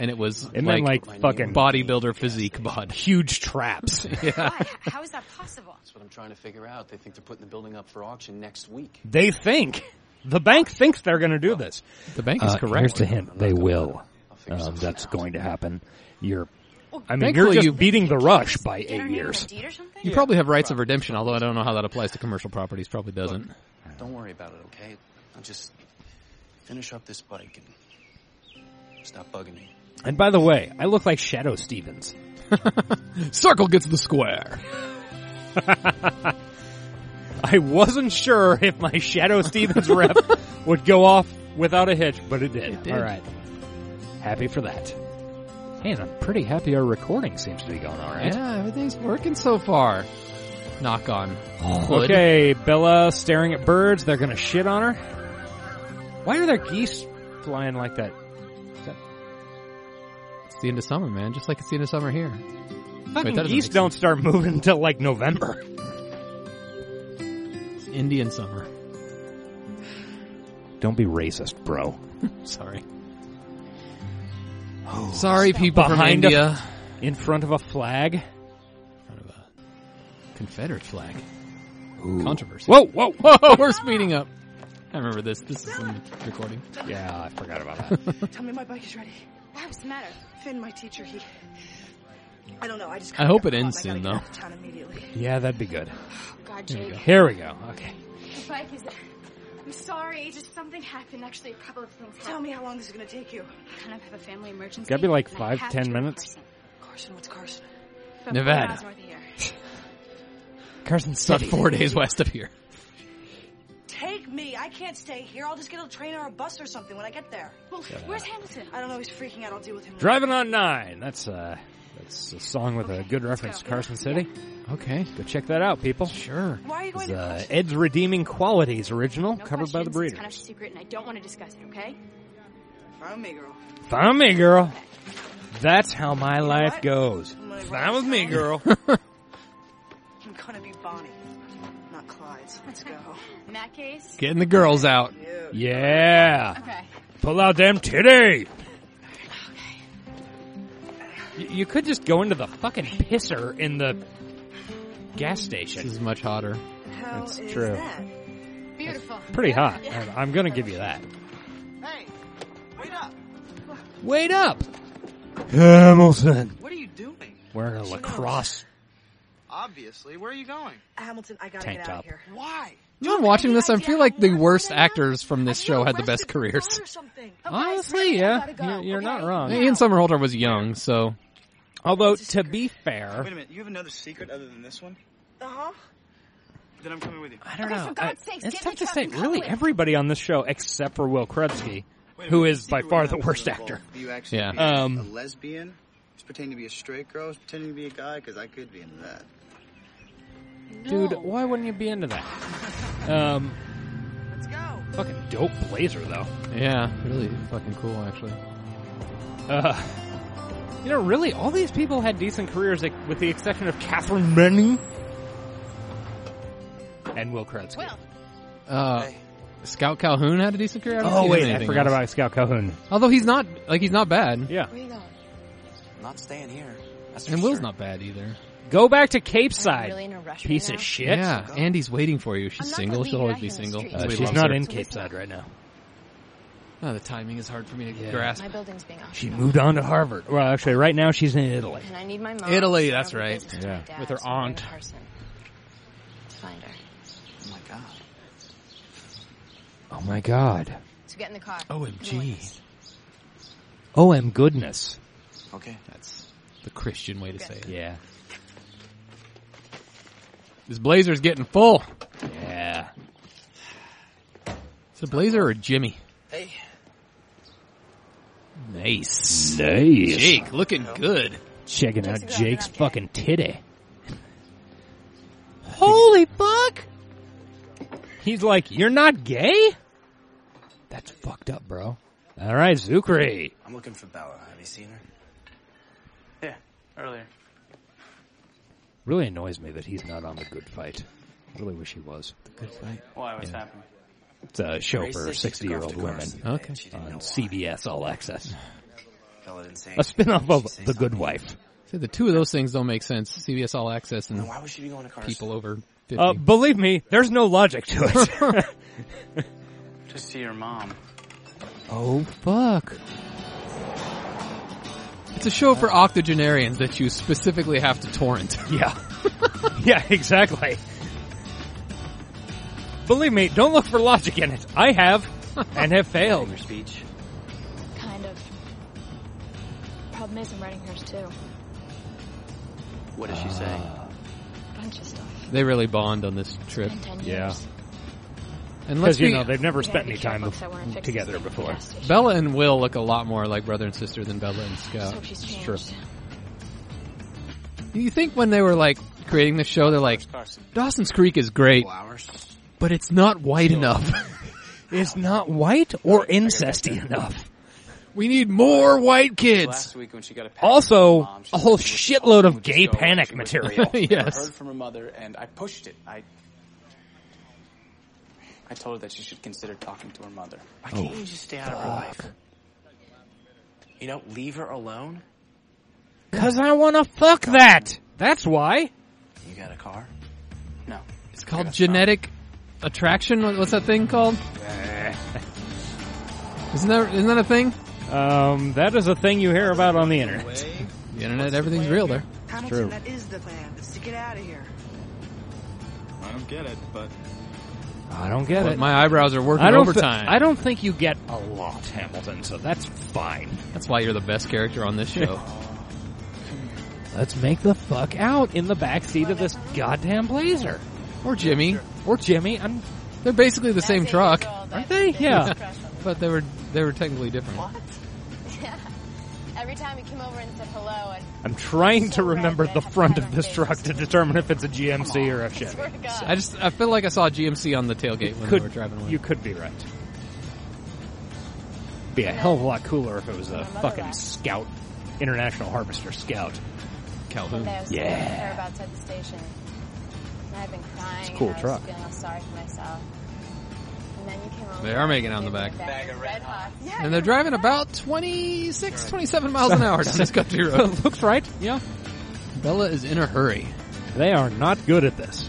S3: and it was
S2: And
S3: like,
S2: then like fucking
S3: bodybuilder physique bod.
S2: huge traps.
S4: Why? How is that possible?
S5: That's what I'm trying to figure out. They think they're putting the building up for auction next week.
S2: They think the bank thinks they're going to do this. Uh,
S3: The bank is correct.
S2: Here's the hint: they will. Um,
S5: I'll figure something
S2: that's
S5: out.
S2: going to happen. Your I mean, you're
S3: Thankfully
S2: just
S3: you-
S2: beating the rush by eight years.
S3: You probably have rights of redemption, although I don't know how that applies to commercial properties. Probably doesn't.
S5: Don't worry about it, okay? I'll just finish up this bike and stop bugging me.
S2: And by the way, I look like Shadow Stevens.
S3: Circle gets the square.
S2: I wasn't sure if my Shadow Stevens rep would go off without a hitch, but it did.
S3: did.
S2: All right. Happy for that. Hey, and I'm pretty happy our recording seems to be going all right.
S3: Yeah, everything's working so far. Knock on. wood.
S2: Okay, Bella staring at birds. They're going to shit on her. Why are there geese flying like that?
S3: It's the end of summer, man. Just like it's the end of summer here.
S2: Fucking
S3: doesn't
S2: geese
S3: make
S2: don't start moving until like November.
S3: It's Indian summer.
S2: Don't be racist, bro.
S3: Sorry. Sorry, people
S2: Behind
S3: from
S2: a-
S3: India.
S2: In front of a flag.
S3: Kind of a Confederate flag. Controversy.
S2: Whoa, whoa, whoa.
S3: Whoa, we're speeding up. I remember this. This is in recording.
S2: Yeah, I forgot about that.
S6: Tell me my bike is ready.
S4: What's the matter?
S6: Finn, my teacher, he. I don't know. I just.
S3: I hope it
S6: got
S3: ends
S6: caught and I
S3: soon, though.
S6: gotta get out of town immediately.
S2: yeah, that'd be good.
S4: Oh, God, Jake.
S2: Here we go. Okay.
S4: The bike is. I'm sorry, just something happened. Actually, a couple of things
S6: Tell
S4: happened.
S6: me how long this is gonna take you.
S4: I kind of have a family emergency.
S2: Gotta be like
S4: and I
S2: five,
S4: have
S2: ten
S4: to in
S2: minutes.
S4: person.
S6: Carson, what's Carson?
S4: About four
S3: Nevada.
S4: hours worth of here.
S2: Carson
S3: It's about four days west of here.
S6: Take me. I can't stay here. I'll just get a train or a bus or something when I get there.
S4: Well, where's Hamilton?
S6: I don't know. He's freaking out. I'll deal with him. later.
S2: Driving on Nine. That's uh that's a song with a good reference to Carson City.
S3: Okay.
S2: Go check that out, people.
S3: Sure.
S6: Why are you going
S2: It's,
S6: to
S2: uh,
S6: Carson?
S2: Ed's Redeeming Qualities original,
S4: No
S2: covered by the
S4: questions.
S2: Breeders.
S4: It's kind of secret, and I don't want to discuss it. Okay?
S6: Found me, girl.
S2: Found me, girl. That's how my life
S6: what?
S2: goes.
S6: I'm gonna
S2: Fine
S6: run
S2: with me,
S6: this
S2: girl.
S6: I'm gonna be Bonnie, not Clyde. So let's go.
S4: In that case.
S3: Getting the girls out.
S2: yeah.
S4: Okay.
S2: Pull out them titty. Y- You could just go into the fucking pisser in the gas
S3: This
S2: station.
S3: is much hotter.
S6: How
S2: That's
S6: is
S2: true.
S6: that?
S4: Beautiful.
S2: Pretty hot. I'm- I'm gonna give you that.
S6: Hey, wait up!
S2: Wait up, Hamilton.
S5: What are you doing?
S2: Wearing a lacrosse.
S5: Obviously, where are you going?
S6: Hamilton, I gotta
S2: Tank
S6: get out
S2: top.
S6: of here.
S5: Why?
S3: You know, I'm watching this. I feel like the worst actors from this show had the best careers.
S6: Or something.
S4: Oh,
S2: Honestly, yeah, you're, you're not wrong.
S3: Ian Somerhalder was young, so
S2: Although to be
S5: Wait
S2: fair,
S5: a minute, you have another secret other than this one?
S6: Uh huh.
S5: Then I'm coming with you.
S2: I don't
S4: Okay,
S2: know.
S4: for God's
S2: I-
S4: sakes,
S2: it's
S4: get
S2: tough
S4: in
S2: to
S4: the
S2: say.
S4: truck and
S2: Really,
S4: come with.
S2: everybody on this show except for Will Krutsky,
S5: Wait a
S2: who
S5: minute,
S2: is
S5: the
S2: by
S5: secret
S2: far
S5: was
S2: the
S5: not
S2: worst
S5: involved.
S2: actor.
S5: Do you actually
S3: Yeah.
S5: be a-
S2: Um,
S5: a lesbian? Who's pretending to be a straight girl? Who's pretending to be a guy? Because I could be into that.
S2: Dude, why wouldn't you be into that? Um,
S6: Let's go.
S2: fucking dope blazer though.
S3: yeah, really fucking cool actually.
S2: Uh, you know, really, all these people had decent careers, like, with the exception of Catherine Manning and Will Krutsky.
S4: Well,
S3: Uh, Scout Calhoun had a decent career. I haven't
S2: oh
S3: seen
S2: wait,
S3: anything
S2: I forgot
S3: else.
S2: about Scout Calhoun.
S3: Although he's not like he's not bad,
S2: Yeah,
S4: where you going?
S9: I'm not staying here. That's for
S3: and Will's
S9: sure.
S3: not bad either.
S2: go back to Cape
S4: I'm
S2: Side,
S4: really in a rush right
S2: piece
S4: now.
S2: of shit.
S3: yeah, Andy's waiting for you. She's
S4: I'm not
S3: single. She'll
S4: gonna leave you
S3: always
S4: out
S3: be
S4: here in the
S3: single.
S4: street.
S2: Uh,
S3: We
S4: Wait,
S2: she's
S3: love
S2: not
S3: her.
S2: in Cape Side right now.
S3: Oh, the timing is hard for me to
S2: Yeah.
S3: grasp.
S4: My building's being auctioned
S2: She
S4: off,
S2: moved on to Harvard. Well, actually, right now she's in Italy.
S4: and I need my mom.
S3: Italy,
S4: to
S3: that's
S4: run the
S3: right.
S4: business to
S2: Yeah.
S4: my dad,
S3: With her
S4: so I bring
S3: aunt.
S4: person To find her.
S9: Oh my god.
S2: Oh my God.
S4: So get in the car.
S3: OMG.
S4: Come with us.
S2: Oh, am goodness.
S9: Okay.
S3: That's the Christian way to say it.
S2: Yeah.
S3: This blazer's getting full.
S2: Yeah.
S3: Is it Blazer or Jimmy?
S9: Hey.
S3: Nice.
S2: Nice.
S3: Jake, looking good.
S2: Checking out Jake's fucking titty.
S3: Holy fuck!
S2: He's like, you're not gay? That's fucked up, bro. All right, Zukri.
S9: I'm looking for Bella. Have you seen her?
S5: Yeah, earlier.
S2: Really annoys me that he's not on the good fight. Really wish he was.
S5: Why? What's happening?
S2: It's a show
S9: Grace
S2: for
S9: said she took
S2: 60 year old
S9: off to Carson
S2: women
S9: today and
S3: Okay.
S9: She didn't know
S2: on
S9: why.
S2: CBS All Access.
S9: Bella didn't say
S2: A spin off
S9: anything.
S2: of
S9: She'd say
S2: The Good
S9: something.
S2: Wife.
S3: See, the two of those things don't make sense. CBS All Access and
S9: Then Why would she be going to Carson?
S3: people over 50.
S2: Uh, believe me, there's no logic to it.
S5: To see your mom.
S2: oh, fuck.
S3: It's a show for octogenarians that you specifically have to torrent.
S2: Yeah. yeah, exactly. Believe me, don't look for logic in it. I have and have failed.
S7: Your speech.
S11: Kind of. Problem is, I'm writing hers too.
S7: What is she saying?
S3: Uh,
S11: Bunch of stuff.
S3: They really bond on this trip.
S11: Been ten
S2: Yeah.
S11: years.
S3: And let's
S2: Because, you
S3: be-
S2: know, they've never
S11: We gotta
S2: spent
S11: be
S2: any time
S11: careful 'cause I wanna
S2: bef-
S11: fix
S2: together
S11: this thing
S2: before.
S11: fast.
S3: Bella and Will look a lot more like brother and sister than Bella and
S11: Just
S3: Scott.
S11: hope she's
S3: It's
S11: changed.
S3: true. You think when they were like creating the show, they're like, Dawson's Creek is great, but it's not white enough.
S2: It's not white or incesty enough.
S3: we need more white kids.
S8: Last week when she got a package
S2: Also,
S8: from her mom, she
S2: a whole
S8: said she was
S2: shitload
S8: home,
S2: of
S8: we'd just
S2: gay
S8: go, and
S2: panic
S8: she was
S2: material.
S8: ill.
S3: Yes.
S8: I heard from her mother, and I pushed it. I, I told her that she should consider talking to her mother.
S5: Why
S6: Oh.
S5: can't you just stay out of her life? You know, leave her alone.
S2: Cause I wanna fuck that! That's why.
S5: You got a car? No.
S3: It's called genetic attraction. What- What's that thing called? Isn't that isn't that a thing?
S2: Um, that is a thing you hear about on the internet.
S3: The internet, everything's real there.
S6: Hamilton,
S2: true.
S6: that is the plan. It's to get out of here.
S8: I don't get it, but
S2: I don't get
S3: But
S2: it.
S3: my eyebrows are working
S2: I don't thi-
S3: overtime.
S2: I don't think you get a lot, Hamilton, so that's fine.
S3: That's why you're the best character on this show.
S2: Let's make the fuck out in the back seat of this goddamn blazer.
S3: or Jimmy.
S2: Or Jimmy, I'm
S3: They're basically the same truck,
S2: aren't they? Yeah.
S3: but they were they were technically different.
S4: Yeah. Every time he came over and said hello, and
S2: I'm trying to remember the front of this truck to determine if it's a GMC or a Chevy.
S4: swear to God.
S3: I just I feel like I saw GMC on the tailgate when we were
S2: Could
S3: driving away.
S2: you could be right. Be a hell of a lot cooler if it was a fucking Scout, International Harvester Scout.
S4: One
S3: Calhoun.
S4: day I was
S2: Yeah.
S4: sitting with her outside the station. And I've been crying.
S2: It's a cool
S4: and I was
S2: truck.
S4: Feeling all sorry for myself. And then you came over.
S3: They are making out in the back.
S4: Bag of red hot. Yeah.
S3: And they're driving about 26, 27 miles an hour down this country road.
S2: Looks right.
S3: yeah. Bella is in a hurry.
S2: They are not good at this.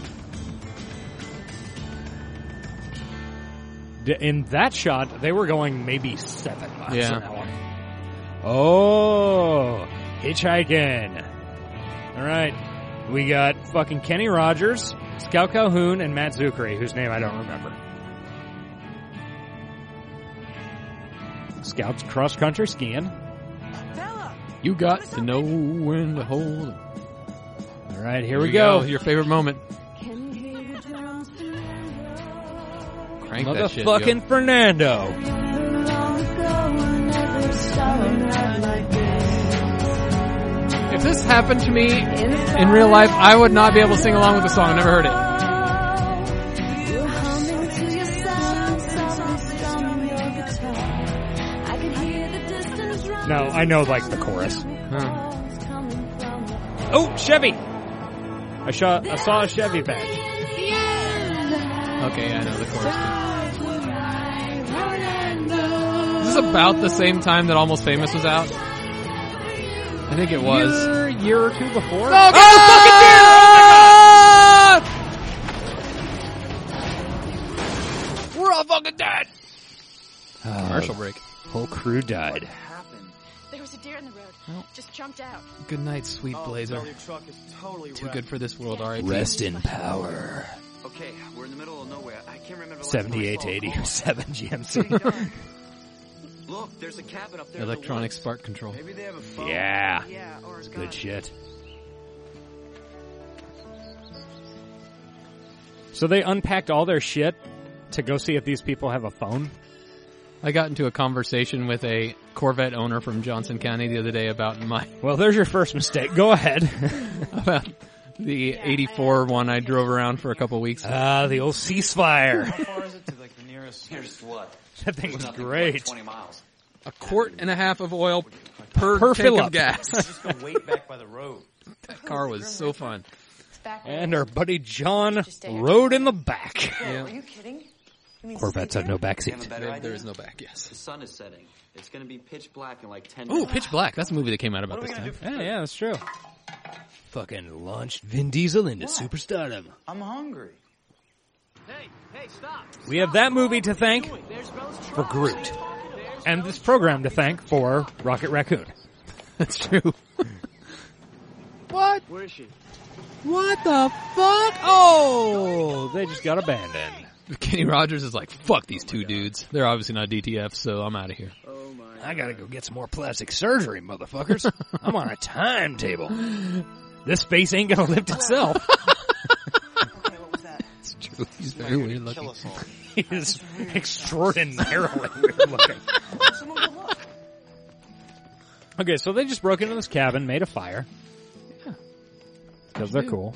S2: D- In that shot, they were going maybe seven miles
S3: Yeah.
S2: an hour. Oh, hitchhiking. All right. We got fucking Kenny Rogers, Scout Calhoun, and Matt Zuckery, whose name I don't remember. Scouts cross country skiing.
S6: Bella!
S3: You got to know when to hold. 'em.
S2: All right, here,
S3: Here
S2: we go.
S3: Your favorite moment. Crank that shit.
S2: Motherfucking Fernando.
S3: yo. If this happened to me in real life, I would not be able to sing along with the song. I never heard it.
S2: No, I know like the chorus. Oh, Chevy! I saw I saw a Chevy badge.
S3: Okay, I know the chorus. too. Is this about the same time that Almost Famous was out? I think it was.
S2: Year, year or two before.
S3: Oh, get the fucking beer! Oh, We're all fucking dead. Commercial break.
S2: Uh, Whole crew died.
S11: There was a deer in the road. Just jumped out.
S3: Good night, sweet blazer.
S8: truck is totally
S3: Too good for this world, R.I.P.
S2: Rest in power.
S5: Okay, we're in the middle of nowhere. I can't remember. the last time I saw a
S2: Seventy-eight, eighty,
S5: car.
S2: or seven GMC.
S5: Look, there's a cabin up there. in the
S3: Electronic
S5: woods.
S3: spark control.
S5: Maybe they have a phone.
S2: yeah,
S6: Yeah, or a gun.
S2: good shit. So they unpacked all their shit to go see if these people have a phone.
S3: I got into a conversation with a Corvette owner from Johnson County the other day about my
S2: Well, there's your first mistake. Go ahead.
S3: about the '84 one I drove around for a couple weeks.
S2: Ah, the old ceasefire.
S9: How far is it to like the nearest?
S5: Here's what.
S2: That thing was
S5: Nothing, like
S2: great.
S5: Twenty miles.
S3: A quart and a half of oil per,
S2: Per
S3: tank
S2: fill-up.
S3: of gas.
S9: Just go wait back by the road.
S3: that car was so fun.
S2: And our buddy John rode in the back.
S3: Yeah.
S6: Are you kidding?
S2: Corvettes have no
S5: You have a
S2: backseat.
S5: better
S3: There-
S5: idea?
S3: there is no back. Yes.
S5: The sun is setting. It's going to be pitch black in like ten.
S3: Ooh,
S5: minutes.
S3: Pitch Black. That's a movie that came out about this time.
S2: Yeah, yeah, that's true. Fucking launched Vin Diesel into superstardom.
S9: I'm hungry.
S1: Hey, hey, stop!
S2: We have that movie to thank
S1: There's Bella's truck.
S2: for Groot, and this program to thank for Rocket Raccoon.
S3: That's true.
S12: What? Where is she?
S3: What the fuck? Oh,
S2: they just got abandoned.
S3: Kenny Rogers is like, fuck
S5: Oh
S3: these two dudes. They're obviously not DTF, so I'm out of here.
S12: Oh my.
S2: I gotta go get some more plastic surgery, motherfuckers. I'm on a timetable. This face ain't gonna lift itself.
S6: Okay, what was that?
S3: It's true. He's very weird
S6: Kill
S3: looking.
S6: us all.
S2: He is extraordinarily weird looking.
S6: Someone go look.
S2: Okay, so they just broke into this cabin, made a fire. Because they're cool.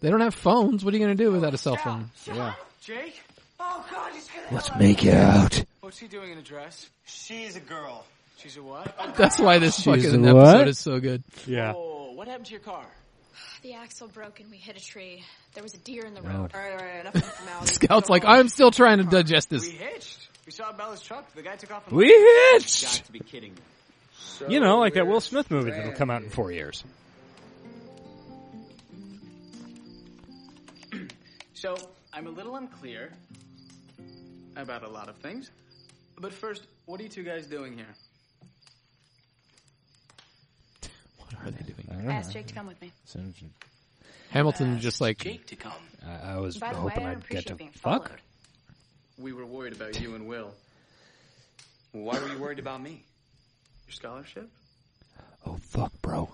S3: They don't have phones. What are you going to do without a cell phone?
S2: Yeah.
S12: Jake? Oh god, he's gonna.
S2: Let's make out.
S8: What's he doing in a dress?
S12: She's a girl.
S8: She's a what?
S3: That's why this
S2: She's
S3: fucking
S2: a what?
S3: episode is so good.
S2: Yeah.
S8: Oh, what happened to your car?
S11: The axle broke and we hit a tree. There was a deer in the
S2: God.
S11: road.
S6: All right, all right, enough of formality.
S3: Scout's like, I'm still trying to digest
S8: We
S3: this.
S8: hitched. We saw Bella's truck. The guy took off. and
S2: We
S8: left.
S2: hitched!
S8: You've Got to be kidding me.
S2: You know, like that Will Smith movie that'll come out in four years.
S8: So I'm a little unclear about a lot of things. But first, what are you two guys doing here?
S3: What are they doing?
S4: I asked Jake to come with me.
S3: Hamilton just like,
S8: Jake to come.
S2: I, I was
S4: By the way,
S2: hoping
S4: I don't
S2: I'd get
S4: appreciate
S2: to
S4: being
S2: fuck.
S4: followed.
S8: We were worried about you and Will.
S5: Why were you worried about me?
S8: Your scholarship?
S2: Oh fuck, bro.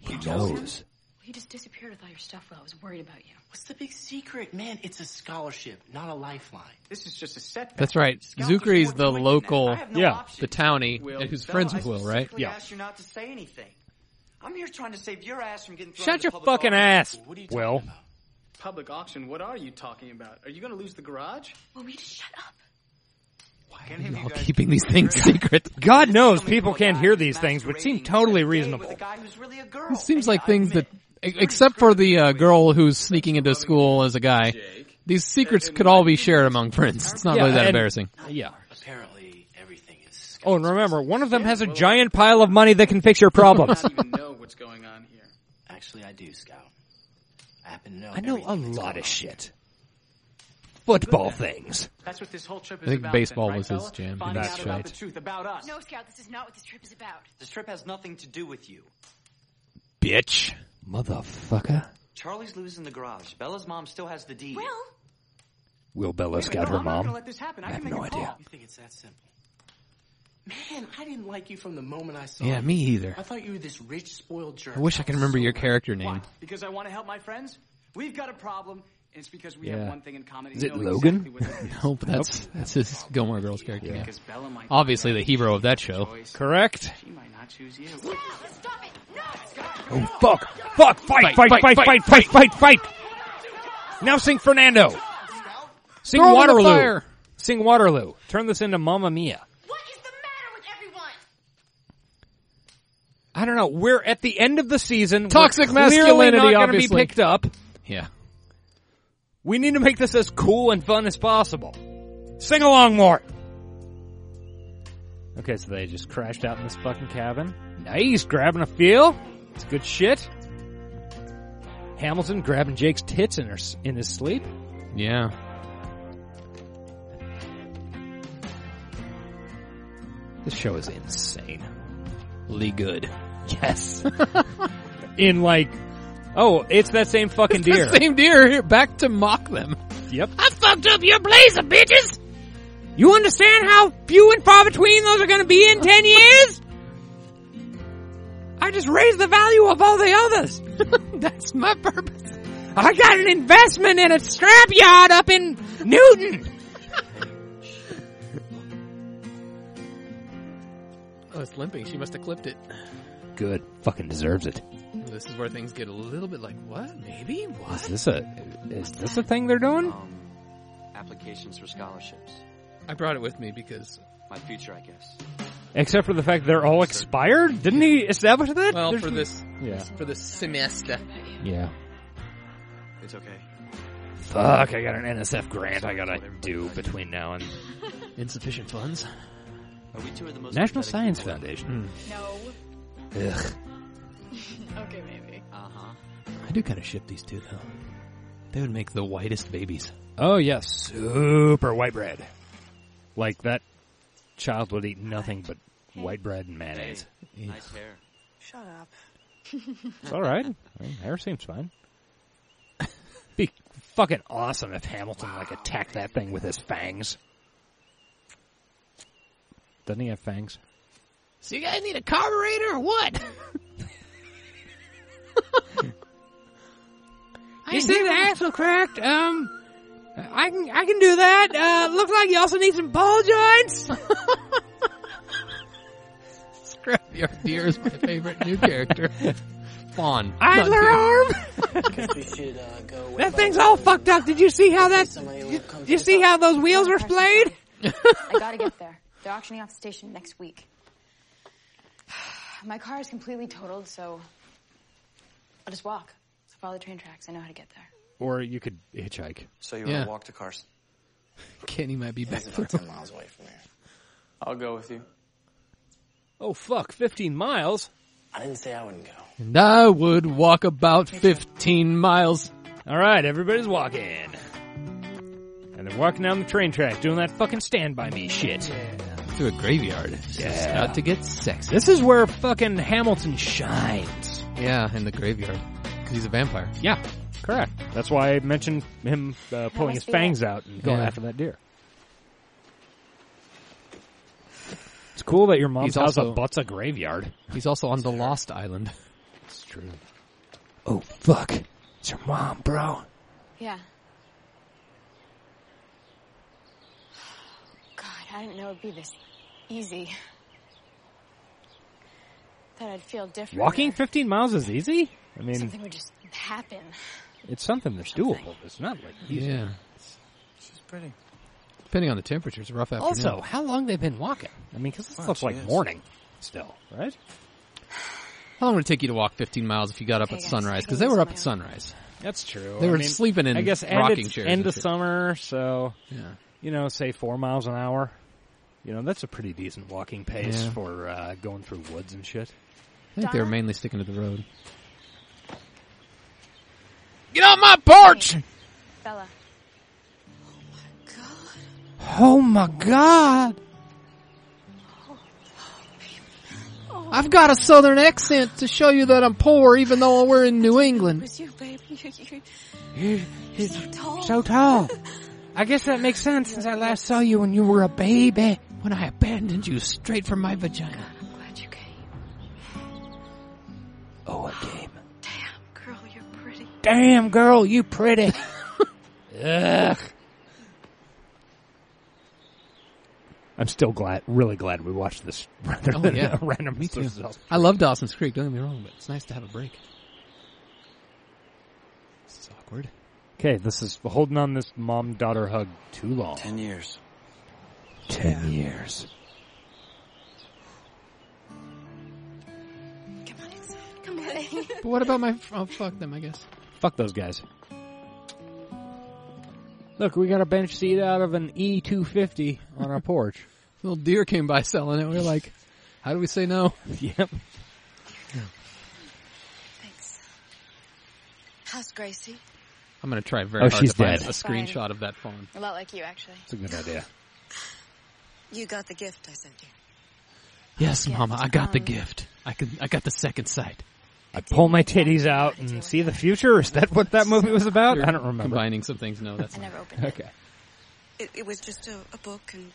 S2: He knows.
S4: Well, you just disappeared with all your stuff while I was worried about you.
S12: What's the big secret, man? It's a scholarship, not a lifeline.
S8: This is just a setback.
S3: that's right.
S12: Scout's
S3: Zukri's
S12: more
S3: the
S12: joint than that. I
S3: local,
S12: have no
S2: Yeah.
S12: option.
S3: the townie,
S8: Will,
S3: and who's
S12: Bella,
S3: friends with
S12: I
S3: Will, right?
S12: specifically
S2: Yeah.
S12: asked you not to say anything. I'm here trying to save your ass from getting thrown
S2: Shut
S12: into
S2: your
S12: public
S2: fucking
S12: office.
S2: ass,
S12: What are you talking
S2: Will.
S12: about?
S8: Public auction, what are you talking about? Are you going to lose the garage?
S4: Will we just shut up?
S3: Why
S12: Can
S3: are
S12: have
S3: you
S12: you
S3: all
S12: guys-
S3: keeping these things secret?
S2: God knows
S12: Coming
S2: people
S12: from a
S2: can't
S12: guy
S2: hear
S12: who's
S2: these things, but seem
S12: masquerading
S2: totally
S12: as a date
S2: reasonable.
S12: With a guy who's really a girl.
S3: It
S12: And
S3: seems like
S12: I
S3: things that,
S12: admit,
S3: e- except for the uh, girl who's sneaking into school as a guy,
S8: Jake.
S3: these secrets could all be shared among friends. It's not
S2: Yeah,
S3: really that
S2: and-
S3: embarrassing.
S2: Yeah.
S12: Apparently, everything is.
S2: Oh, and remember, one of them has a giant pile of money that can fix your problems.
S8: I don't even know what's going on here.
S12: Actually, I do, Scout. I happen to know.
S2: I know a
S12: everything that's
S2: lot
S12: going
S2: of
S12: on.
S2: shit. Football things.
S8: That's what this whole trip is
S3: I think
S8: about.
S3: baseball
S8: then, right,
S3: was his
S8: fella?
S3: jam.
S8: Finding
S2: That's
S8: out about
S2: right.
S8: the truth about us.
S4: No, Scout, this is not what this trip is about.
S12: This trip has nothing to do with you.
S3: Bitch.
S2: Motherfucker.
S12: Charlie's losing the garage. Bella's mom still has the deed.
S4: Will,
S2: Will Bella
S8: Wait, no,
S2: scout her
S8: I'm not going to
S2: mom?
S8: let this happen. I,
S2: I
S8: can
S2: have
S8: make
S2: no
S8: a
S2: idea.
S8: call.
S12: You think it's that simple? Man, I didn't like you from the moment I saw you.
S3: Yeah, me either.
S12: I thought you were this rich, spoiled jerk.
S3: I wish I could remember your character
S8: Why?
S3: name.
S8: Because I want to help my friends? We've got a problem, and it's because we have
S3: Yeah.
S8: one thing in common.
S2: Is
S8: and
S2: it
S8: know
S2: Logan?
S8: Exactly what it is.
S3: No, but that's that's his Gilmore Girls character. name.
S8: Because Bella might
S3: Obviously, the
S8: choose
S3: hero of that show.
S8: choice.
S2: Correct.
S8: She might not choose you.
S4: no, stop it! No!
S2: Oh fuck! Fuck! Fight! Fight! Fight! Fight! Fight! Fight! Fight! Fight! Now sing Fernando. Sing
S3: Throw him in the
S2: Waterloo.
S3: fire.
S2: Sing Waterloo. Turn this into Mamma Mia.
S4: What is the matter with everyone?
S2: I don't know. We're at the end of the season. We're
S3: Toxic
S2: clearly
S3: masculinity,
S2: not gonna be
S3: obviously.
S2: picked up.
S3: Yeah.
S2: We need to make this as cool and fun as possible. Sing along more. Okay, so they just crashed out in this fucking cabin. Nice, grabbing a feel. It's good shit. Hamilton grabbing Jake's tits in her s- in his sleep.
S3: Yeah.
S2: This show is insane.
S3: Lee Good.
S2: Yes. in like, oh, it's that same fucking deer.
S3: The same deer here, back to mock them.
S2: Yep.
S3: I fucked up your blazer, bitches!
S2: You understand how few and far between those are going to be in 10 years? I just raised the value of all the others.
S3: That's my purpose.
S2: I got an investment in a scrapyard up in Newton.
S3: Oh, it's limping. She must have clipped it.
S2: Good. Fucking deserves it.
S3: This is where things get a little bit like, what? Maybe? What?
S2: Is this a, is this a thing they're doing?
S5: Um, applications for scholarships.
S3: I brought it with me because,
S5: My future, I guess.
S2: Except for the fact they're all expired? Didn't he establish that?
S3: well,
S2: There's-
S3: for this,
S2: Yeah.
S3: for this semester.
S2: Yeah.
S5: It's okay.
S2: Fuck, I got an NSF grant I gotta do between now and
S3: Insufficient funds?
S5: Are we two of the most
S2: National
S5: pathetic
S2: Science
S5: people-
S2: Foundation.
S11: No.
S2: Ugh.
S11: okay, maybe.
S5: Uh-huh.
S3: I do kind of ship these two, though. They would make the whitest babies.
S2: Oh yes, super white bread. Like that child would eat nothing but white bread and mayonnaise.
S9: Nice hair.
S6: Shut up.
S2: It's all right. I mean, hair seems fine. Be fucking awesome if Hamilton like attacked that thing with his fangs. Doesn't he have fangs?
S13: So you guys need a carburetor or what?
S2: You see the axle cracked? Um, I can I can do that. Uh, looks like you also need some ball joints.
S3: Scrapyard Deer is my favorite new character. Fawn.
S2: Idler arm. that thing's all fucked up. Did you see how that? Did you see how those wheels were splayed?
S4: I gotta get there. They're auctioning off the station next week. My car is completely totaled, so I'll just walk. So follow the train tracks. I know how to get there.
S2: Or you could hitchhike.
S5: So you
S3: Yeah.
S5: want to walk to Carson?
S3: Kenny might be back.
S12: about ten miles away from here.
S8: I'll go with you.
S2: Oh fuck, fifteen miles.
S12: I didn't say I wouldn't go.
S3: And I would walk about 15 miles.
S2: All right, everybody's walking. And they're walking down the train track, doing that fucking stand by me shit.
S3: To a graveyard.
S2: Yeah.
S3: Out to get sexy.
S2: This is where fucking Hamilton shines.
S3: Yeah, in the graveyard. Because he's a vampire.
S2: Yeah, correct. That's why I mentioned him uh, pulling his
S4: must be
S2: fangs
S4: it.
S2: out and going
S3: Yeah.
S2: after that deer. It's cool that your mom's
S3: He's
S2: house
S3: also-
S2: abuts a graveyard.
S3: He's also on the Lost Island.
S2: It's true. Oh fuck! It's your mom, bro.
S4: Yeah. God, I didn't know it'd be this easy. Thought I'd feel different.
S2: Walking
S4: or
S2: 15 miles is easy. I mean,
S4: something would just happen.
S2: it's something that's doable. It's not like easy.
S3: Yeah.
S9: She's pretty.
S3: Depending on the temperature, it's a rough afternoon.
S2: Also, how long they've been walking? I mean, because this
S9: Well,
S2: looks like
S9: she is.
S2: morning still, right?
S3: how long would it take you to walk 15 miles if you got up at
S4: guys,
S3: sunrise?
S4: I
S3: Because
S4: think
S3: they
S4: it's
S3: were up
S4: my
S3: at
S4: own-
S3: sunrise.
S2: That's true.
S3: They
S2: I
S3: were
S2: mean,
S3: sleeping in
S2: I guess, and
S3: rocking
S2: it's
S3: chairs
S2: End
S3: and
S2: of
S3: shit.
S2: summer, so
S3: Yeah.
S2: you know, say four miles an hour. You know, that's a pretty decent walking pace
S3: Yeah.
S2: for uh, going through woods and shit.
S3: I think they were mainly sticking to the road.
S13: Get off my porch!
S4: Bella,
S2: Oh my god!
S13: I've got a southern accent to show you that I'm poor even though we're in New
S14: It
S13: England.
S14: was you, baby. You, you,
S2: He's
S14: so tall.
S2: so tall. I guess that makes sense since I last saw you when you were a baby.
S13: When I abandoned you straight from my vagina.
S14: I'm glad you came.
S2: Oh, a game.
S14: Damn, girl, you're pretty.
S2: Damn, girl, you pretty. Ugh. I'm still glad, really glad we watched this rather
S3: Oh,
S2: than
S3: yeah.
S2: a random.
S3: Me too.
S2: source of-
S3: I love Dawson's Creek, don't get me wrong, but it's nice to have a break. This is awkward.
S2: Okay, this is holding on this mom daughter hug too long. Ten
S9: years.
S2: Ten years.
S14: Come on inside. Come on in.
S3: But what about my... Oh, fuck them, I guess.
S2: Fuck those guys. Look, we got a bench seat out of an E250 on our porch.
S3: Little deer came by selling it. We were like, how do we say no?
S2: yep.
S14: Thanks. How's Gracie?
S3: I'm going to try very
S2: Oh,
S3: hard
S2: she's
S3: to find
S2: dead.
S3: a screenshot of that phone.
S4: a lot like you, actually.
S2: It's a good idea.
S14: You got the gift I sent you.
S3: Yes, Mama, I got the
S14: Um,
S3: gift. I can. I got the second sight.
S2: I pull my titties out and see the future. Is that what that movie was about?
S3: You're
S2: I don't remember.
S3: Combining some things. No, that's
S4: I
S3: not.
S4: never opened it.
S2: Okay.
S14: It, it was just a, a book and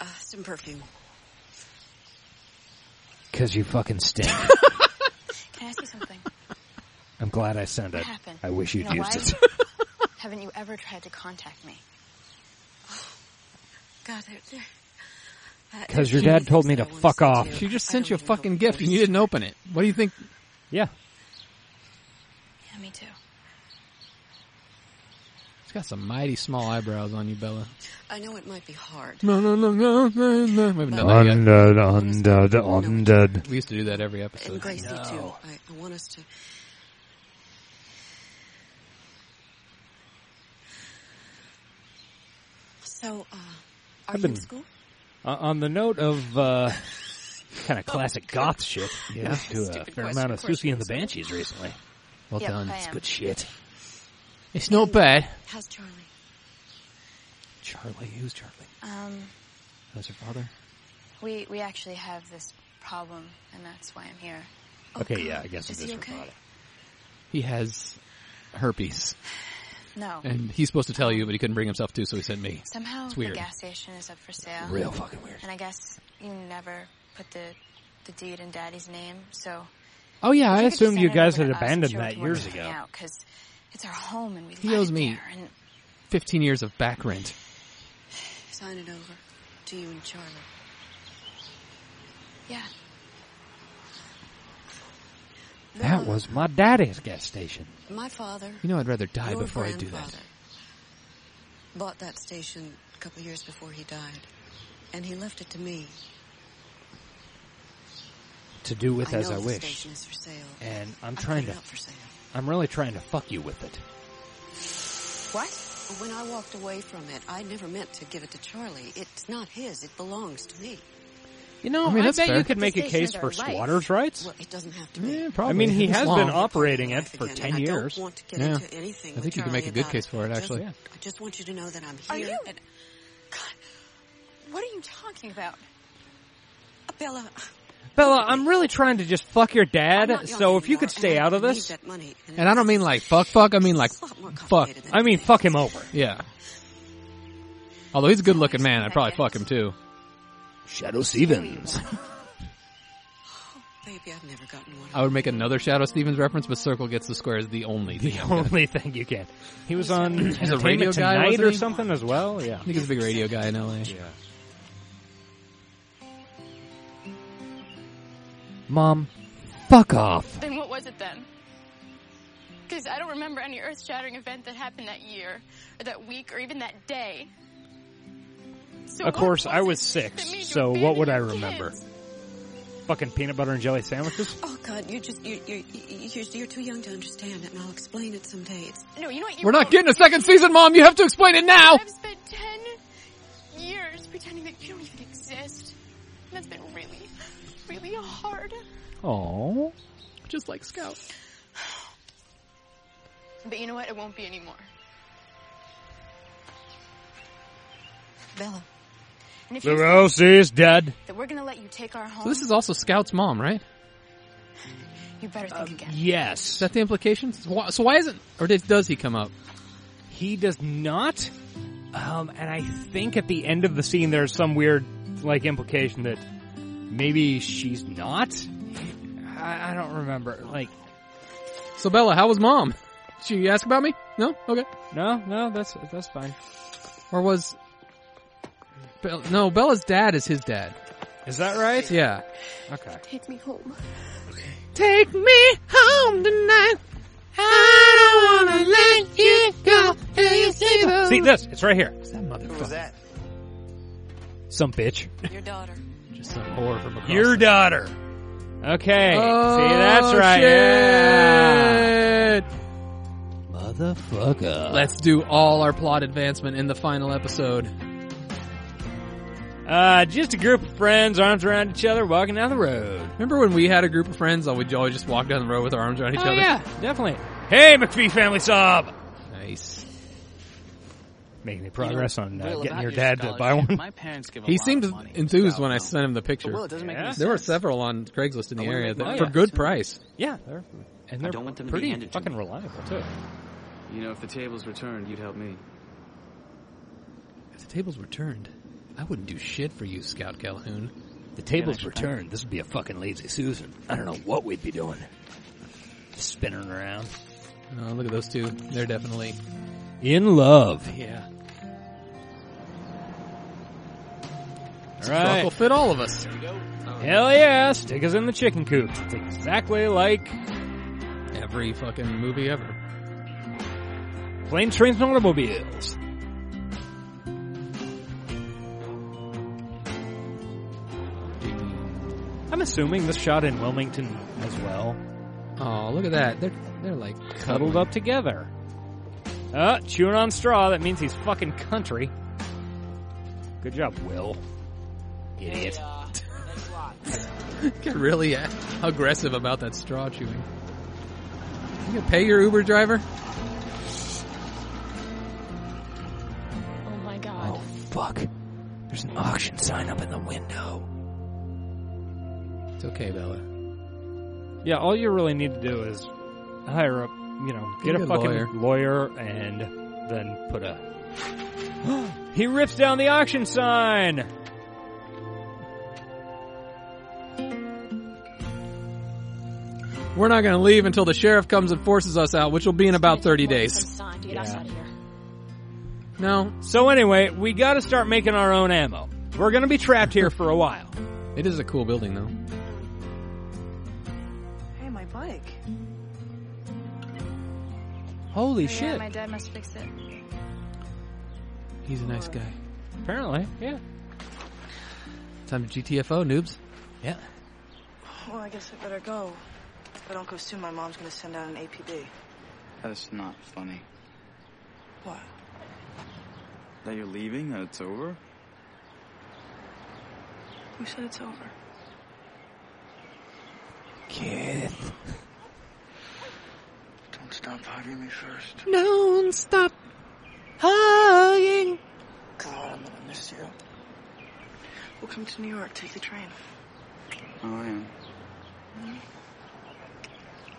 S14: uh, some perfume.
S2: Because you fucking stink.
S4: Can I ask you something?
S2: I'm glad I sent
S4: What
S2: it.
S4: happened?
S2: I wish you'd
S4: You know
S2: used
S4: why?
S2: it.
S4: Haven't you ever tried to contact me?
S14: God, they're, they're, uh,
S2: Because your
S14: there are
S2: dad told me
S14: many
S2: to
S14: things I
S2: fuck
S14: wanna
S2: off.
S14: say to
S3: She just sent you a fucking gift and you didn't open it. What do you think?
S2: Yeah.
S4: Yeah, me too.
S3: She's got some mighty small eyebrows on you, Bella.
S14: I know it might be hard.
S3: No, no, no, no, no, no. We haven't done that yet.
S2: Undead, undead, undead.
S3: We used to do that every episode.
S14: And Gracie,
S2: No.
S14: too. I, I want us to. So, uh, are
S2: I've
S14: you in
S2: been-
S14: school?
S2: Uh, on the note of uh, kind of classic goth shit, you yeah. to a fair amount of Susie and the Banshees recently.
S3: Well
S4: Yeah,
S3: done.
S4: I
S3: It's
S4: am.
S3: good.
S2: Shit.
S3: It's not bad.
S14: How's Charlie?
S3: Charlie, who's Charlie?
S4: Um,
S3: That's your father.
S4: we we actually have this
S14: problem, and that's why I'm here.
S2: Okay, yeah, I guess
S14: Is
S2: it is
S14: he
S2: for
S14: okay?
S2: Vada.
S3: He has herpes.
S14: No.
S3: And he's supposed to tell you, but he couldn't bring himself to, so he sent me.
S14: Somehow
S3: it's weird.
S14: the gas station is up for
S4: Oh.
S14: sale.
S3: Real fucking weird.
S14: And I guess you never put the the deed in Daddy's name, so
S2: Oh yeah, I
S14: could
S2: assumed
S14: send
S2: you
S14: it
S2: guys
S14: over
S2: had
S14: to us
S2: abandoned
S14: so we
S2: that
S14: can
S2: years
S14: work
S2: ago.
S14: everything out, 'cause it's our home and we
S3: He
S14: like
S3: owes
S14: it
S3: me
S14: there, and
S3: 15 years of back rent.
S14: sign it over to you and Charlie. Yeah.
S2: That was my daddy's gas station.
S15: My father.
S3: You know, I'd rather die
S15: your
S3: before I do that.
S15: grandfather, Bought that station a couple of years before he died, and he left it to me.
S2: To do with
S15: I
S2: as
S15: know
S2: I
S15: the
S2: wish.
S15: station is for sale.
S2: And I'm
S15: I
S2: trying
S15: put it
S2: to.
S15: up for sale.
S2: I'm really trying to fuck you with it.
S15: What? When I walked away from it, I never meant to give it to Charlie. It's not his. It belongs to me.
S3: You know,
S2: I mean,
S3: I
S2: that's
S3: bet
S2: fair.
S3: you could make a
S15: Stations
S2: case
S15: are
S2: for
S15: life.
S2: squatters' rights.
S15: Well, it doesn't have to be.
S2: I mean, he
S3: It's
S2: has
S3: long.
S2: been operating it for ten
S15: I don't
S2: years.
S15: want to get
S3: Yeah.
S15: into anything
S3: I
S15: with
S3: think you could make a
S15: Charlie
S3: good
S15: about
S3: case
S15: it.
S3: for it,
S15: I just-
S3: actually.
S15: I just want you to know that I'm
S14: Are
S15: here.
S14: you-
S15: and-
S14: What are you talking about?
S15: Bella,
S2: Bella, I'm really trying to just fuck your
S15: I'm
S2: dad.
S15: not young
S2: So if you could
S15: anymore,
S2: stay
S15: and I-
S2: out of
S15: I need
S2: this,
S15: that money, and
S3: And I don't mean like fuck fuck, I mean like fuck.
S2: I mean fuck him over.
S3: Yeah. Although he's a good looking man, I'd probably fuck him too.
S2: Shadow Stevens.
S15: Baby, I've never gotten one.
S3: I would make another Shadow Stevens reference, but Circle Gets the Square is the only
S2: The
S3: thing.
S2: only thing you can. He was on
S3: He's a
S2: Entertainment
S3: radio guy,
S2: tonight
S3: wasn't
S2: or
S3: he?
S2: something as well. Yeah.
S3: I think he's a big radio guy in LA. Yeah.
S2: Mom, fuck off.
S16: Then what was it then? Because I don't remember any earth shattering event that happened that year, or that week, or even that day. So
S2: of
S16: what
S2: course, I
S16: it
S2: was
S16: that
S2: six,
S16: made you
S2: so what would I remember?
S16: kids?
S2: Fucking peanut butter and jelly sandwiches?
S15: Oh God, you're just you're you're, you're you're too young to understand it, and I'll explain it someday. It's
S16: No, you know what? You
S3: We're not
S16: won't.
S3: getting a second season, Mom! You have to explain it now!
S16: I've spent ten years pretending that you don't even exist. And that's been really, really hard.
S2: Oh.
S3: Just like Scout.
S16: But you know what? It won't be anymore.
S15: Bella.
S16: And if
S2: The
S16: you say
S2: house is dead.
S16: that we're gonna let you take our home,
S3: So this is also Scout's mom, right?
S16: you better think
S2: um,
S16: again.
S2: Yes.
S3: Is that the implication? So why, so why isn't, or did, does he come up?
S2: He does not. Um, and I think at the end of the scene, there's some weird, like, implication that maybe she's not. I, I don't remember. Like,
S3: So Bella, how was mom? Did you ask about me? No? Okay.
S2: No, no, that's, that's fine.
S3: Or was, Bella, no, Bella's dad is his dad.
S2: Is that right?
S3: Yeah.
S2: Okay.
S16: Take me home.
S13: Take me home tonight. I don't wanna let you go.
S2: See this? It's right here.
S3: that motherfucker?
S15: Who was that?
S2: Some bitch.
S15: Your daughter.
S3: Just some whore from across
S2: Your daughter. Okay. See, that's right.
S3: Oh, Shit.
S2: Motherfucker.
S3: Let's do all our plot advancement in the final episode.
S2: Uh, just a group of friends, arms around each other, walking down the road.
S3: Remember when we had a group of friends? Oh, we'd always just walk down the road with our arms around each
S2: oh,
S3: other.
S2: yeah, definitely. Hey, McPhee family sob.
S3: Nice.
S2: Making any progress
S8: You know,
S2: on uh,
S8: Will, about
S2: getting your
S8: your
S2: dad to buy
S8: scholarship,
S2: one?
S8: my parents give a
S3: He
S8: lot of
S3: seemed
S8: money to
S3: enthused
S8: Scout
S3: when I
S8: Film.
S3: sent him the picture.
S8: But Will, it doesn't make any
S3: there
S8: sense.
S3: were several on Craigslist in the
S8: I wanna
S3: area
S8: make
S3: that,
S8: mine.
S3: for good price.
S2: Yeah, they're, and
S8: I
S2: they're
S8: don't want them to be
S2: pretty
S8: handed to
S2: fucking
S8: me.
S2: reliable too.
S8: You know, if the tables were turned, you'd help me.
S3: If the tables were turned, I wouldn't do shit for you, Scout Calhoun.
S2: The tables were turned. This would be a fucking lazy Susan. I don't know what we'd be doing. Spinning around.
S3: Oh, look at those two. They're definitely.
S2: In love.
S3: Yeah.
S2: All right.
S3: will fit all of us.
S2: Hell yeah! Stick us in the chicken coop. It's exactly like
S3: Every fucking movie ever.
S2: Planes, Trains, and Automobiles. I'm assuming this shot in Wilmington as well.
S3: Oh, look at that. They're they're like
S2: Cuddled up together. Uh, chewing on straw. That means he's fucking country. Good job, Will. Idiot.
S3: Get really uh, aggressive about that straw chewing. You gonna pay your Uber driver?
S11: Oh my god.
S2: Fuck. There's an auction sign up in the window.
S3: It's okay, Bella.
S2: Yeah, all you really need to do is hire up, you know,
S3: Get
S2: get
S3: a
S2: a fucking
S3: lawyer.
S2: lawyer. and then put a. he rips down the auction sign.
S3: We're not going to leave until the sheriff comes and forces us out, which will be in about 30 days.
S11: Sign to get us out of here.
S3: No.
S2: So anyway, we got to start making our own ammo. We're gonna be trapped here for a while.
S3: It is a cool building, though.
S6: Hey, my bike.
S3: Holy
S16: Oh, yeah,
S3: shit.
S16: my dad must fix it.
S3: He's a nice guy.
S2: Apparently, yeah.
S3: Time to GTFO, noobs. Yeah.
S6: Well, I guess I better go. If I don't go soon, my mom's gonna send out an APB.
S8: That is not funny.
S6: What?
S7: That you're leaving? That it's over?
S6: Who said it's over?
S13: Kid.
S12: Don't stop hugging me first.
S13: Don't stop hugging.
S6: God, I'm gonna miss you. We'll come to New York. Take the train.
S7: Oh, yeah.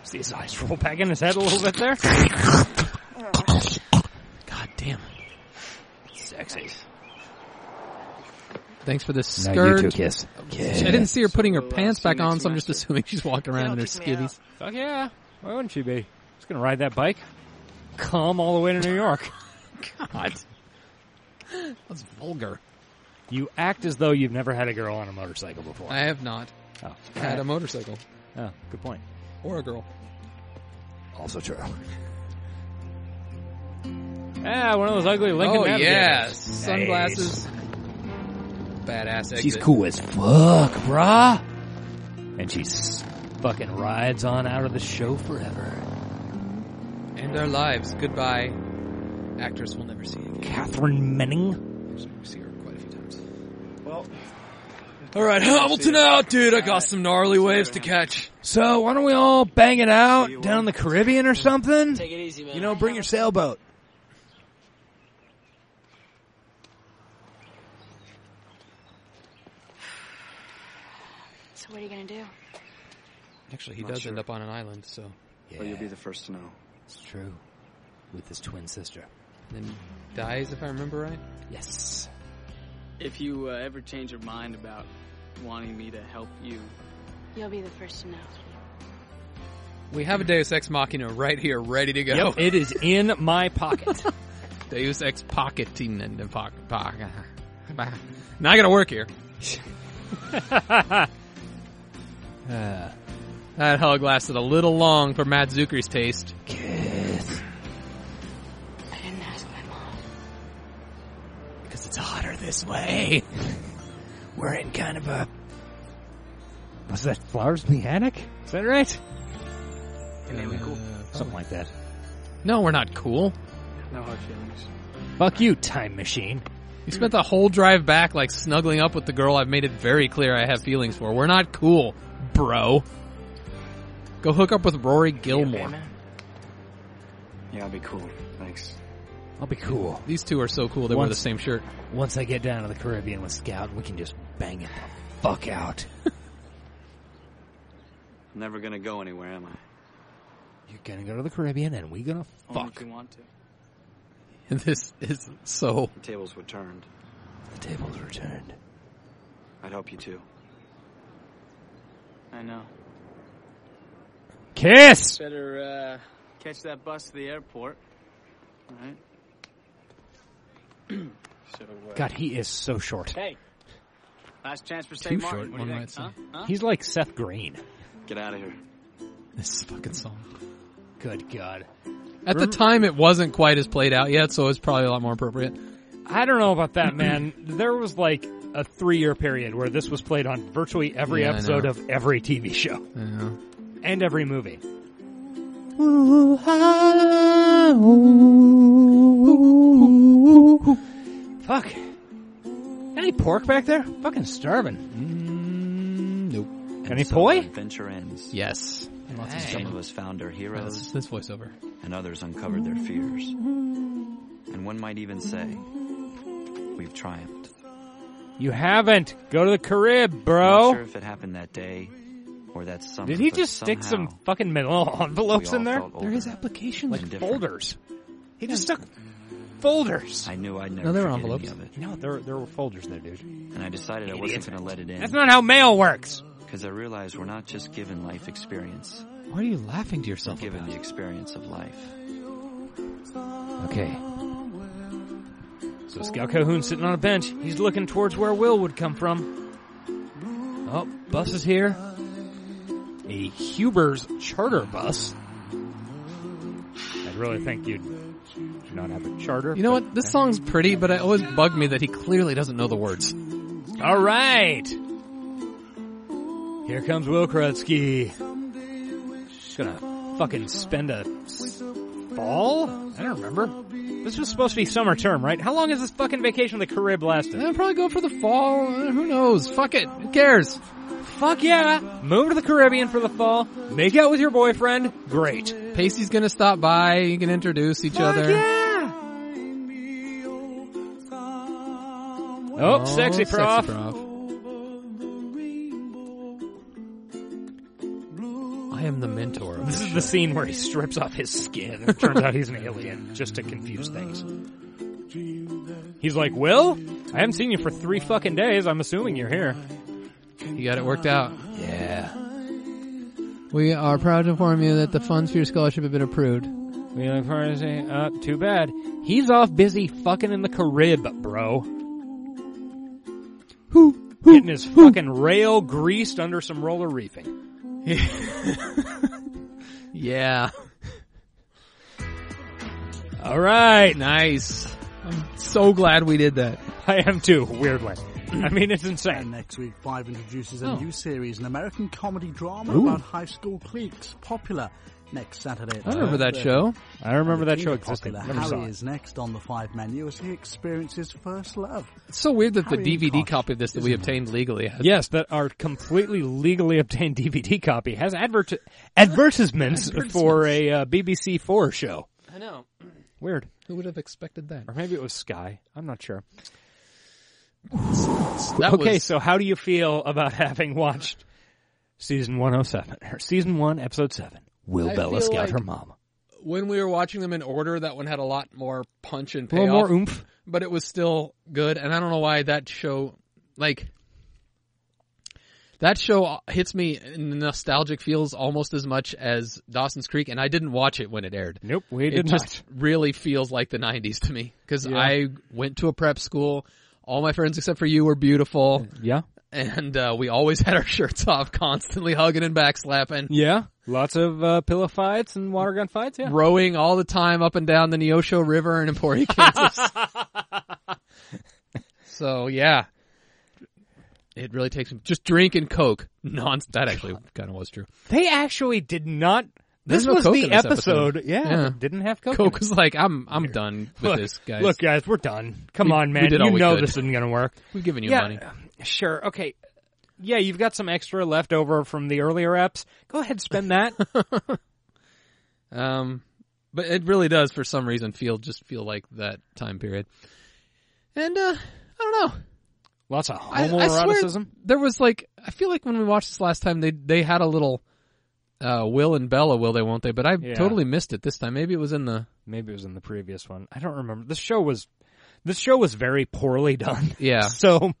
S2: See his eyes roll back in his head a little bit there.
S3: God damn
S2: Sexy.
S3: Thanks for this
S2: Now you
S3: skirt.
S2: two kiss.
S3: I didn't
S2: Kiss.
S3: see her putting her
S2: So, uh,
S3: pants
S2: see you
S3: back on,
S2: next
S3: so I'm just assuming she's walking around in her skivvies.
S2: Fuck yeah. Why wouldn't she be? Just gonna ride that bike. Come all the way to New York.
S3: God. That's vulgar.
S2: You act as though you've never had a girl on a motorcycle before.
S3: I have not
S2: Oh.
S3: had a motorcycle
S2: Oh, good point.
S3: or a girl.
S2: Also true. Ah, one of those ugly Lincoln
S3: oh
S2: Navigators.
S3: yeah,
S2: Nice.
S3: sunglasses. Badass. Exit.
S2: She's cool as fuck, brah. And she s- fucking rides on out of the show forever.
S3: End our lives. Goodbye. Actress we'll never see again.
S2: Catherine Menning.
S3: We see her quite a few times.
S8: Well,
S3: All right, Hamilton out, dude. I got some gnarly waves to catch.
S2: So why don't we all bang it out down the Caribbean or something?
S12: Take it easy, man.
S2: You know, bring your sailboat.
S4: So what are you gonna do?
S3: Actually, he
S7: Not
S3: does
S7: sure.
S3: end up on an island, so
S7: But you'll be the first to know.
S2: It's true. With his twin sister.
S3: then dies if I remember right.
S2: Yes.
S8: If you uh, ever change your mind about wanting me to help you,
S4: You'll be the first to know.
S3: We have a Deus Ex Machina right here, ready to go.
S2: Yep, it is in my pocket.
S3: Deus Ex Pocketing in the pocket. Pock. Not gonna work here. Uh, that hug lasted a little long for Matt Zucker's taste.
S4: I didn't ask my mom.
S2: Because it's hotter this way. We're in kind of a. Was that Flowers in the Attic? Is that right? Something like that.
S3: No, we're not cool.
S8: no hard feelings.
S2: Fuck you, time machine.
S3: You spent the whole drive back like snuggling up with the girl I've made it very clear I have feelings for. We're not cool, bro. Go hook up with Rory Gilmore.
S7: Yeah, I'll be cool. Thanks.
S2: I'll be cool.
S3: These two are so cool they wear the
S2: Once-
S3: same shirt.
S2: Once I get down to the Caribbean with Scout, we can just bang it the fuck out.
S7: I'm never gonna go anywhere, am I? Oh,
S2: You're gonna go to the Caribbean and we gonna
S8: Only
S2: fuck.
S8: if you want to.
S3: And this is so
S7: The tables were turned.
S2: The tables were turned.
S7: I'd help you too.
S8: I know.
S2: Kiss!
S8: Better uh, catch that bus to the airport. All right. so, uh,
S2: God, he is so short.
S8: Hey, last chance for
S2: Too
S8: St. Martin.
S2: short,
S8: what do you
S2: one
S8: think? Huh?
S2: might
S8: Huh?
S2: He's like Seth Green.
S7: Get out of here.
S3: This fucking song.
S2: Good God.
S3: At the
S2: Remember-
S3: time, it wasn't quite as played out yet, so it's probably a lot more appropriate.
S2: I don't know about that, man. there was like a three year period where this was played on virtually every
S3: Yeah, I
S2: episode
S3: know.
S2: of every TV show
S3: Yeah.
S2: and every movie.
S13: Ooh, ah, ooh, ooh.
S2: Fuck. Any pork back there? Fucking starving.
S3: Mm, Nope.
S2: Any
S7: so
S2: poi?
S7: our adventure ends.
S3: Yes.
S2: Lots of
S7: Some of us found our heroes,
S3: This, this voiceover.
S7: and others uncovered their fears. And one might even say, we've triumphed.
S2: You haven't. Go to the Carib,
S7: I'm not
S2: bro.
S7: sure if it happened that day Or that summer.
S2: Did he
S7: but
S2: just stick
S7: somehow-
S2: some fucking manila envelopes
S7: We all
S2: in there?
S7: felt They're his older
S2: applications.
S7: and
S2: Like
S7: different.
S2: folders. He just stuck
S7: Mm.
S2: folders.
S7: I knew I'd never
S2: No, they were
S7: forget
S2: envelopes.
S7: any of it.
S2: No, there, there were folders there, dude.
S7: And I decided I wasn't going to let it in.
S2: That's not how mail works.
S7: Because I realized we're not just given life experience.
S3: Why are you laughing to yourself?
S7: We're given the experience of life.
S2: Okay. So Scout Calhoun's sitting on a bench. He's looking towards where Will would come from. Oh, bus is here. A Huber's charter bus. I'd really think you'd not have a charter.
S3: You know what? This song's pretty, but it always bugged me that he clearly doesn't know the words.
S2: All right. Here comes Will Krutsky. Just gonna fucking spend a s- fall? I don't remember. This was supposed to be summer term, right? How long is this fucking vacation to the Carib lasting?
S3: I'll probably go for the fall. uh, Who knows? Fuck it. Who cares?
S2: Fuck yeah! Move to the Caribbean for the fall. Make out with your boyfriend. Great.
S3: Pacey's gonna stop by. You can introduce each
S2: Fuck
S3: other.
S2: yeah! Oh, sexy prof.
S3: I am the mentor. Of
S2: This
S3: this
S2: is the scene where he strips off his skin. It turns out he's an alien, just to confuse things. He's like, Will? I haven't seen you for three fucking days. I'm assuming you're here.
S3: You got it worked out.
S2: Yeah.
S3: We are proud to inform you that the funds for your scholarship have been approved.
S2: We look forward to seeing, uh, too bad. He's off busy fucking in the Carib, bro. Who? Getting his fucking rail greased under some roller reefing.
S3: Yeah.
S2: All right.
S3: Nice. I'm so glad we did that.
S2: I am too, weirdly. I mean, it's insane.
S17: next week, Five introduces a
S2: Oh.
S17: new series, an American comedy drama
S2: Ooh.
S17: about high school cliques, popular next Saturday. at
S3: I remember that
S17: 12:30.
S3: show.
S2: I remember that
S17: Indeed,
S2: show existed.
S17: Popular
S2: Never saw
S17: Harry
S2: it.
S17: is next on the Five menu as he experiences first love.
S3: It's so weird that the
S17: Harry and
S3: DVD
S17: Koch.
S3: copy of this that we obtained legally has
S2: Yes, that our completely legally obtained DVD copy has advert- advertisements for a uh, BBC Four show.
S3: I know.
S2: Weird.
S3: Who would have expected that?
S2: Or maybe it was Sky. I'm not sure.
S3: That
S2: okay,
S3: was-
S2: so how do you feel about having watched season 107 or season 1 episode 7? Will
S3: I
S2: Bella
S3: feel
S2: scout
S3: like
S2: her mom?
S3: When we were watching them in order, that one had a lot more punch and
S2: A little
S3: payoff.
S2: more oomph.
S3: But it was still good, and I don't know why that show, like, that show hits me in the nostalgic feels almost as much as Dawson's Creek, and I didn't watch it when it aired.
S2: Nope, we
S3: it
S2: did
S3: just really feels like the 90s to me, because
S2: Yeah.
S3: I went to a prep school. All my friends except for you were beautiful.
S2: Yeah.
S3: And uh, we always had our shirts off, constantly hugging and backslapping.
S2: Yeah, lots of uh, pillow fights and water gun fights, yeah.
S3: rowing all the time up and down the Neosho River in Emporia, Kansas. so yeah, it really takes just drink and Coke. Non, that actually kind of was true.
S2: They actually did not.
S3: There's
S2: This
S3: no
S2: was
S3: Coke
S2: the
S3: in this
S2: episode,
S3: episode.
S2: yeah,
S3: Yeah.
S2: that didn't have Coke. in
S3: Coke
S2: it.
S3: was like, I'm I'm done with
S2: look,
S3: this, guys.
S2: Look, guys, we're done. Come
S3: We-
S2: on,
S3: we
S2: man.
S3: did all
S2: you
S3: we
S2: know
S3: could.
S2: this isn't going to work.
S3: We've given you
S2: yeah,
S3: money.
S2: Sure. Okay. Yeah, you've got some extra left over from the earlier apps. Go ahead, spend that.
S3: Um, but it really does for some reason feel just feel like that time period. And uh, I don't know.
S2: Lots of
S3: I- I swear
S2: homoeroticism.
S3: There was like I feel like when we watched this last time they they had a little uh, Will and Bella will they won't they but I
S2: Yeah.
S3: totally missed it this time maybe it was in the
S2: Maybe it was in the previous one. I don't remember. This show was, this show was very poorly done.
S3: Yeah.
S2: So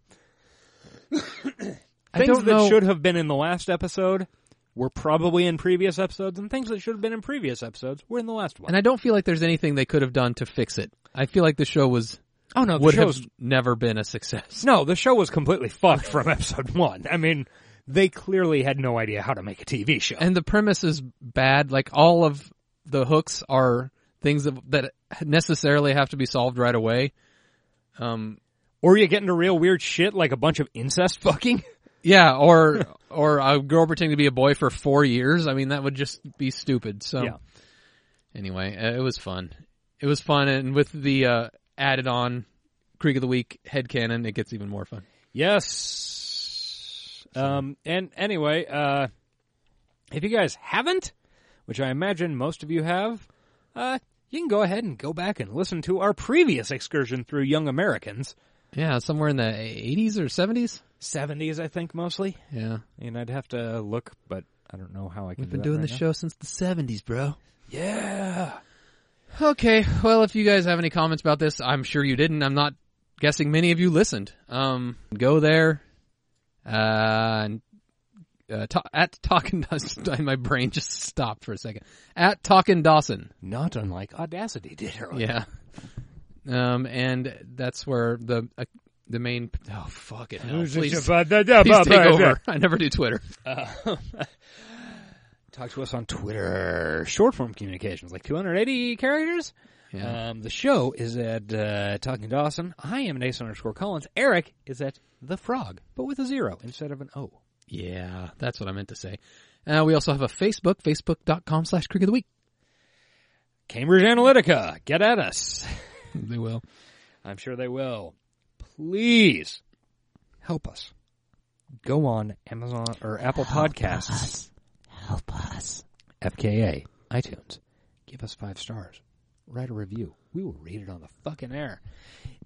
S3: I
S2: things
S3: don't
S2: that
S3: know-
S2: should have been in the last episode were probably in previous episodes, and things that should have been in previous episodes were in the last one.
S3: and I don't feel like there's anything they could have done to fix it I feel like the show was
S2: Oh, no, the
S3: would have
S2: show's-
S3: never been a success
S2: No, the show was completely fucked from episode one. I mean, they clearly had no idea how to make a TV show.
S3: and the premise is bad like all of the hooks are things that that necessarily have to be solved right away um
S2: or you get into real weird shit like a bunch of incest fucking.
S3: yeah or or a girl pretending to be a boy for four years I mean that would just be stupid so.
S2: Yeah.
S3: anyway, uh, it was fun. It was fun, and with the uh, added on Creek of the Week headcanon, it gets even more fun.
S2: Yes. Um, and anyway, uh, if you guys haven't, which I imagine most of you have, uh, you can go ahead and go back and listen to our previous excursion through Young Americans.
S3: Yeah, somewhere in the 80s or 70s?
S2: seventies, I think mostly.
S3: Yeah,
S2: and I'd have to look, but I don't know how I can.
S3: We've
S2: do
S3: been
S2: that
S3: doing
S2: right
S3: the
S2: now.
S3: show since the '70s, bro.
S2: Yeah.
S3: Okay, well, if you guys have any comments about this, I'm sure you didn't. I'm not guessing many of you listened. Um, go there, uh, and uh, ta- at Talkin' Dawson. My brain just stopped for a second. At Talkin' Dawson.
S2: Not unlike Audacity did earlier.
S3: Yeah. Um, and that's where the uh, the main. Oh fuck it! No, please, please take over. I never do Twitter.
S2: Uh, talk to us on Twitter. Short form communications, like 280 characters.
S3: Yeah.
S2: Um, the show is at uh, Talking Dawson. I am Nason underscore Collins. Eric is at The Frog, but with a zero instead of an O.
S3: Yeah, that's what I meant to say. Uh, we also have a Facebook, facebook.com slash Creek of the Week.
S2: Cambridge Analytica, get at us.
S3: they will.
S2: I'm sure they will. Please help us. Go on Amazon or Apple Podcasts.
S13: Help us.
S2: FKA, iTunes. Give us five stars. Write a review. We will read it on the fucking air.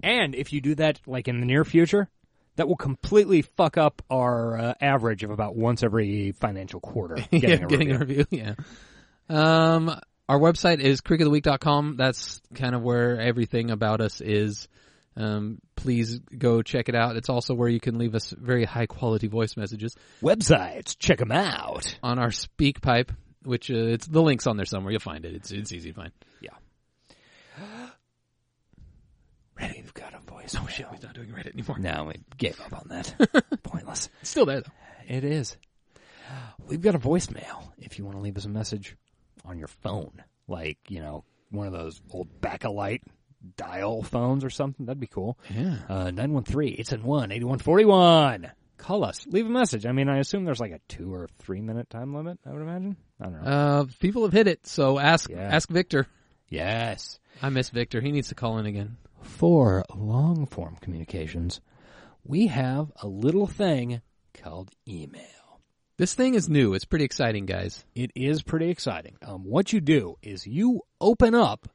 S2: And if you do that, like in the near future, that will completely fuck up our uh, average of about once every financial quarter. Getting,
S3: Yeah,
S2: a
S3: getting a
S2: review.
S3: review. Yeah. Um, our website is creekoftheweek.com. That's kind of where everything about us is. Um, please go check it out. It's also where you can leave us very high quality voice messages.
S2: Websites, check them out
S3: on our Speak Pipe, which uh, it's the links on there somewhere. You'll find it. It's it's easy to find.
S2: Yeah. Ready? We've got a voice.
S3: Oh shit, we're not doing Reddit anymore.
S2: No, we gave up on that. Pointless.
S3: It's still there though.
S2: It is. We've got a voicemail if you want to leave us a message on your phone. Like, you know, one of those old Bakelite dial phones or something. That'd be cool.
S3: Yeah.
S2: Uh, 913-871-8141. Call us. Leave a message. I mean, I assume there's like a two or three minute time limit, I would imagine. I don't know.
S3: Uh, people have hit it, so ask ask Victor.
S2: Yes.
S3: I miss Victor. He needs to call in again.
S2: For long form communications, we have a little thing called email.
S3: This thing is new. It's pretty exciting, guys.
S2: It is pretty exciting. Um, what you do is you open up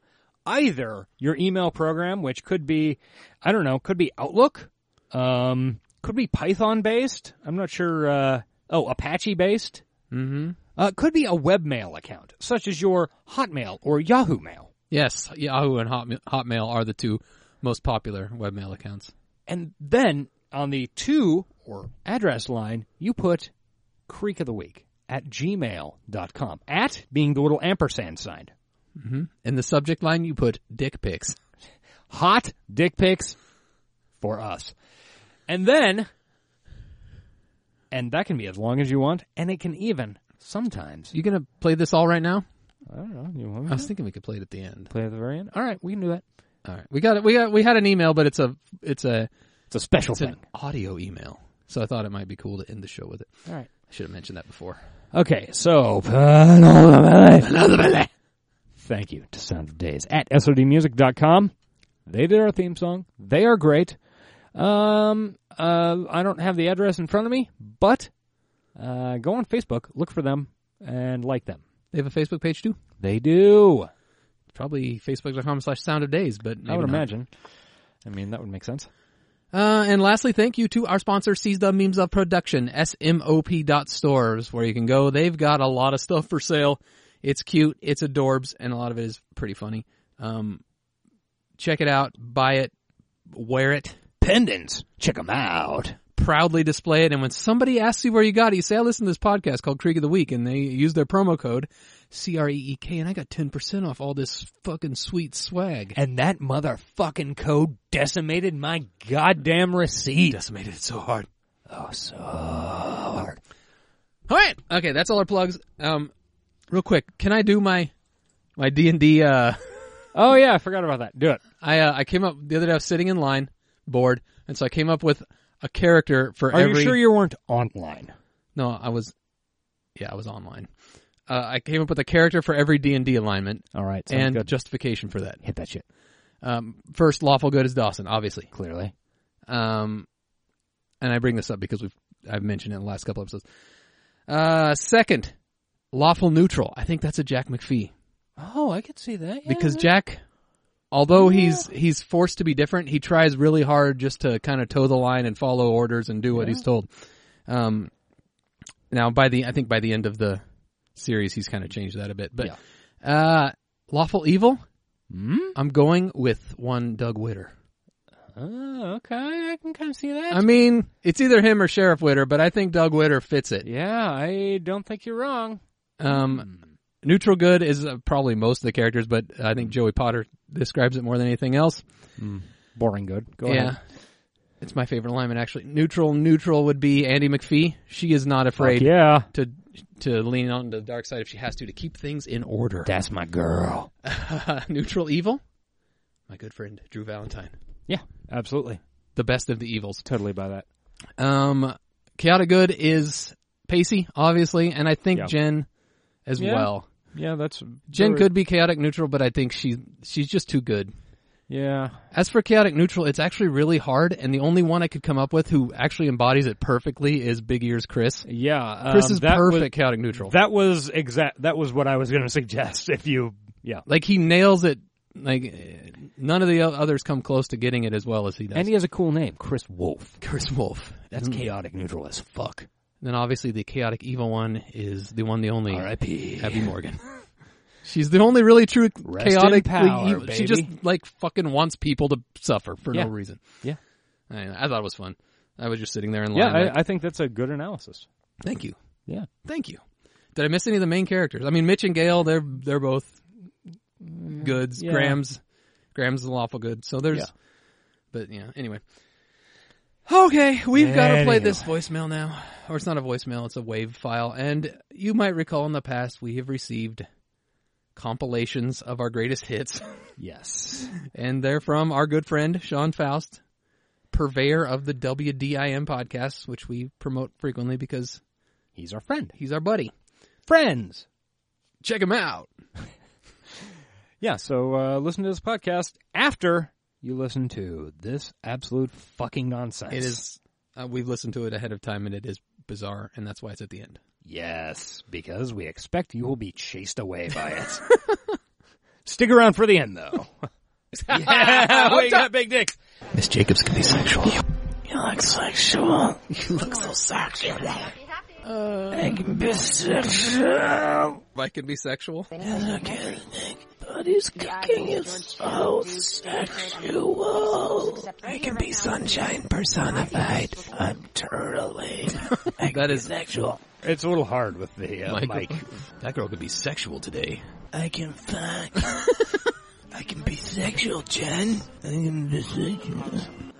S2: either your email program, which could be, I don't know, could be Outlook, um, could be Python based. I'm not sure. Uh, oh, Apache based.
S3: Mm-hmm.
S2: Uh, could be a webmail account, such as your Hotmail or Yahoo Mail.
S3: Yes, Yahoo and Hotma- Hotmail are the two most popular webmail accounts.
S2: And then on the to or address line, you put Creek of the Week at gmail.com. At being the little ampersand sign.
S3: Mm-hmm. In the subject line, you put dick pics.
S2: Hot dick pics for us. And then, and that can be as long as you want, and it can even sometimes.
S3: You gonna play this all right now?
S2: I don't know. You want me
S3: I was
S2: to?
S3: thinking we could play it at the end.
S2: Play at the very end. All right, we can do that.
S3: All right, we got it. We got we had an email, but it's a it's a
S2: it's a special
S3: it's an audio email. So I thought it might be cool to end the show with it.
S2: All right.
S3: I should have mentioned that before.
S2: Okay, so thank you to Sound of Days at sodmusic.com. They did our theme song. They are great. Um, uh, I don't have the address in front of me, but uh, go on Facebook, look for them, and like them.
S3: They have a Facebook page too.
S2: They do.
S3: Probably facebook.com slash sound of days, but maybe
S2: I would
S3: not.
S2: imagine. I mean, that would make sense.
S3: Uh, and lastly, thank you to our sponsor, Seize the Memes of Production, S-M-O-P dot stores, where you can go. They've got a lot of stuff for sale. It's cute, it's adorbs, and a lot of it is pretty funny. Um, check it out, buy it, wear it.
S2: Pendants, check them out.
S3: Proudly display it, and when somebody asks you where you got it, you say, I listened to this podcast called Creek of the Week, and they use their promo code, C-R-E-E-K, E and I got 10% off all this fucking sweet swag.
S2: And that motherfucking code decimated my goddamn receipt.
S3: Decimated it so hard.
S2: Oh, so hard.
S3: All right. Okay, that's all our plugs. Um, real quick, can I do my my D and D? Uh,
S2: oh yeah, I forgot about that. Do it.
S3: I uh, I came up the other day. I was sitting in line, bored, and so I came up with a character for
S2: Are
S3: every.
S2: you sure you weren't online?
S3: No, I was. Yeah, I was online. Uh, I came up with a character for every D and D alignment.
S2: All right, sounds
S3: and
S2: good.
S3: justification for that.
S2: Hit that shit.
S3: Um, first lawful good is Dawson, obviously.
S2: Clearly.
S3: Um, and I bring this up because we've I've mentioned it in the last couple episodes. Uh, second, lawful neutral. I think that's a Jack McPhee
S2: Oh, I could see that.
S3: because Jack Although he's he's forced to be different, he tries really hard just to kind of toe the line and follow orders and do what
S2: Yeah.
S3: he's told. Um, now by the I think by the end of the series, he's kind of changed that a bit. But uh, lawful evil,
S2: Hmm?
S3: I'm going with one Doug Witter.
S2: Oh, okay, I can kind of see that.
S3: I mean, it's either him or Sheriff Witter, but I think Doug Witter fits it.
S2: yeah, Hmm. I don't think you're wrong.
S3: Um, neutral good is uh, probably most of the characters, but I think Joey Potter describes it more than anything else.
S2: Boring good. Go
S3: yeah.
S2: ahead.
S3: It's my favorite alignment, actually. Neutral, neutral would be Andy McPhee. She is not afraid,
S2: yeah.
S3: to to lean on the dark side if she has to to keep things in order.
S2: That's my girl.
S3: neutral evil, my good friend Drew Valentine,
S2: Yeah, absolutely.
S3: the best of the evils.
S2: Totally by that.
S3: Um, chaotic good is Pacey, obviously, and I think
S2: Yeah.
S3: Jen as
S2: Yeah.
S3: well.
S2: Yeah, that's
S3: Jen
S2: very-
S3: could be chaotic neutral, but I think she she's just too good.
S2: Yeah.
S3: As for chaotic neutral, it's actually really hard, and the only one I could come up with who actually embodies it perfectly is Big Ears Chris.
S2: Yeah,
S3: Chris
S2: um,
S3: is
S2: that
S3: perfect
S2: was-
S3: chaotic neutral.
S2: That was exact. That was what I was going to suggest. If you, yeah,
S3: like he nails it. Like eh, none of the o- others come close to getting it as well as he does.
S2: and he has a cool name, Chris Wolf. Mm-hmm.
S3: Chris Wolf.
S2: That's
S3: Mm.
S2: chaotic neutral as fuck.
S3: Then obviously the chaotic evil one is the one, the only
S2: R.I.P..
S3: Abby Morgan. She's the only really true
S2: Rest in
S3: chaotic
S2: power,
S3: evil. She just
S2: baby.
S3: like fucking wants people to suffer for
S2: Yeah.
S3: no reason.
S2: Yeah.
S3: I, I thought it was fun. I was just sitting there and
S2: Yeah,
S3: lying like,
S2: I, I think that's a good analysis.
S3: Thank you.
S2: Yeah.
S3: Thank you. Did I miss any of the main characters? I mean, Mitch and Gail, they're they're both goods.
S2: Mm, Yeah.
S3: Graham's Graham's the lawful good. So there's,
S2: Yeah.
S3: but yeah. Anyway, okay, we've got to play
S2: Anywho.
S3: this voicemail now, or it's not a voicemail; it's a wave file. And you might recall in the past we have received compilations of our greatest hits,
S2: Yes.
S3: and they're from our good friend Sean Faust, purveyor of the WDIM podcast, which we promote frequently because
S2: He's our friend.
S3: he's our buddy.
S2: Friends.
S3: Check him out.
S2: Yeah, so uh, listen to this podcast after you listen to this absolute fucking nonsense.
S3: It is. Uh, we've listened to it ahead of time, and it is bizarre, and that's why it's at the end.
S2: Yes, because we expect you will be chased away by it. Stick around for the end, though. yeah, we got big dicks.
S12: Miss Jacobs can be sexual. You, look sexual. You look so sexual. Oh, I can be sexual.
S3: I can be sexual.
S12: But his cooking is so sexual. I can be sunshine personified. I'm turtling.
S3: That is
S12: sexual.
S2: It's a little hard with the uh,
S12: Michael.
S2: mic.
S3: That girl could be sexual today.
S12: I can fuck. I can be sexual, Jen. I can be sexual.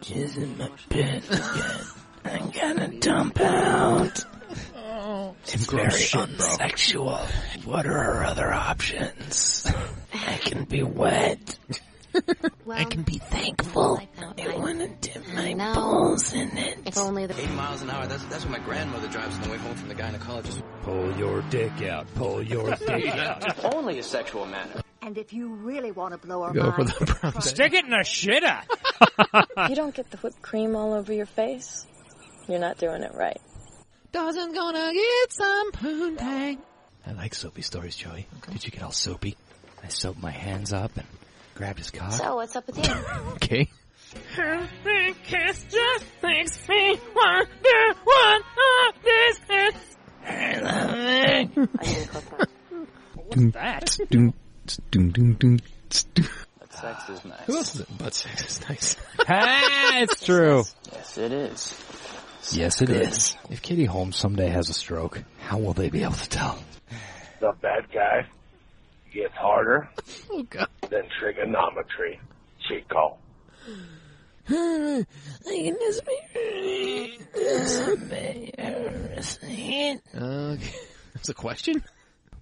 S12: She's in my bed again. I'm gonna dump out. It's
S13: gross
S12: very
S13: shit, bro.
S12: unsexual. What are her other options? I can be wet. I can be thankful. I wanna dip my balls in it.
S4: If only the.
S9: Eight miles an hour. That's that's what my grandmother drives on the way home from the gynecologist.
S2: Pull your dick out. Pull your dick out.
S9: Only a sexual manner.
S18: And if you really want to blow our
S2: Go for
S18: minds,
S2: the brown Stick it in a shitter.
S19: you don't get the whipped cream all over your face, you're not doing it right.
S13: Doesn't gonna get some poontang.
S12: I like soapy stories, Joey. Did you get all soapy? I soaped my hands up and grabbed his cock.
S18: So what's up with you?
S3: Okay.
S13: Her big kiss just makes me wonder what all this is. I love it.
S2: that?
S9: But sex is nice.
S3: Who else is it? Butt sex is nice.
S2: ah, it's true.
S9: Yes, it is.
S2: Yes, it is. If Kitty Holmes someday has a stroke, how will they be able to tell?
S20: the bad guy gets harder
S3: Oh god.
S20: than trigonometry. Chico.
S13: I can just be somebody embarrassing.
S3: Okay. That's a question?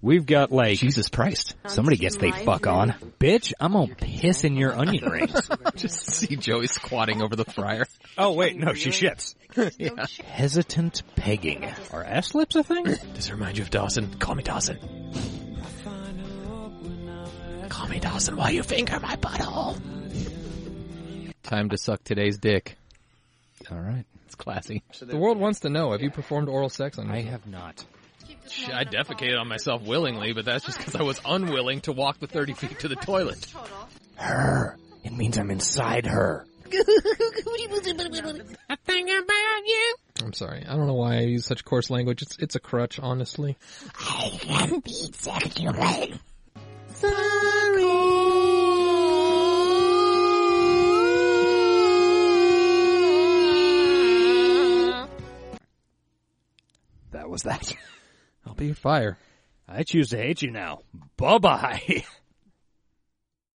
S2: We've got like Jesus Christ. Somebody gets they fuck on. Bitch, I'm gonna piss in your onion rings.
S3: Just see Joey squatting over the fryer.
S2: Oh wait, no, she shits. Hesitant pegging. Are ass lips a thing?
S3: Does it remind you of Dawson? Call me Dawson.
S12: Call me Dawson while you finger my butthole.
S3: Time to suck today's dick.
S2: All right.
S3: It's classy. The world wants to know, have you performed oral sex on I
S2: have not.
S3: I defecated on myself willingly, but that's just because I was unwilling to walk the 30 feet to the toilet.
S12: her. It means I'm inside her.
S13: I think about you.
S3: I'm sorry. I don't know why I use such coarse language. It's it's a crutch, honestly.
S12: I can be sexual.
S2: That was that.
S3: I'll be fire.
S2: I choose to hate you now. Bye bye.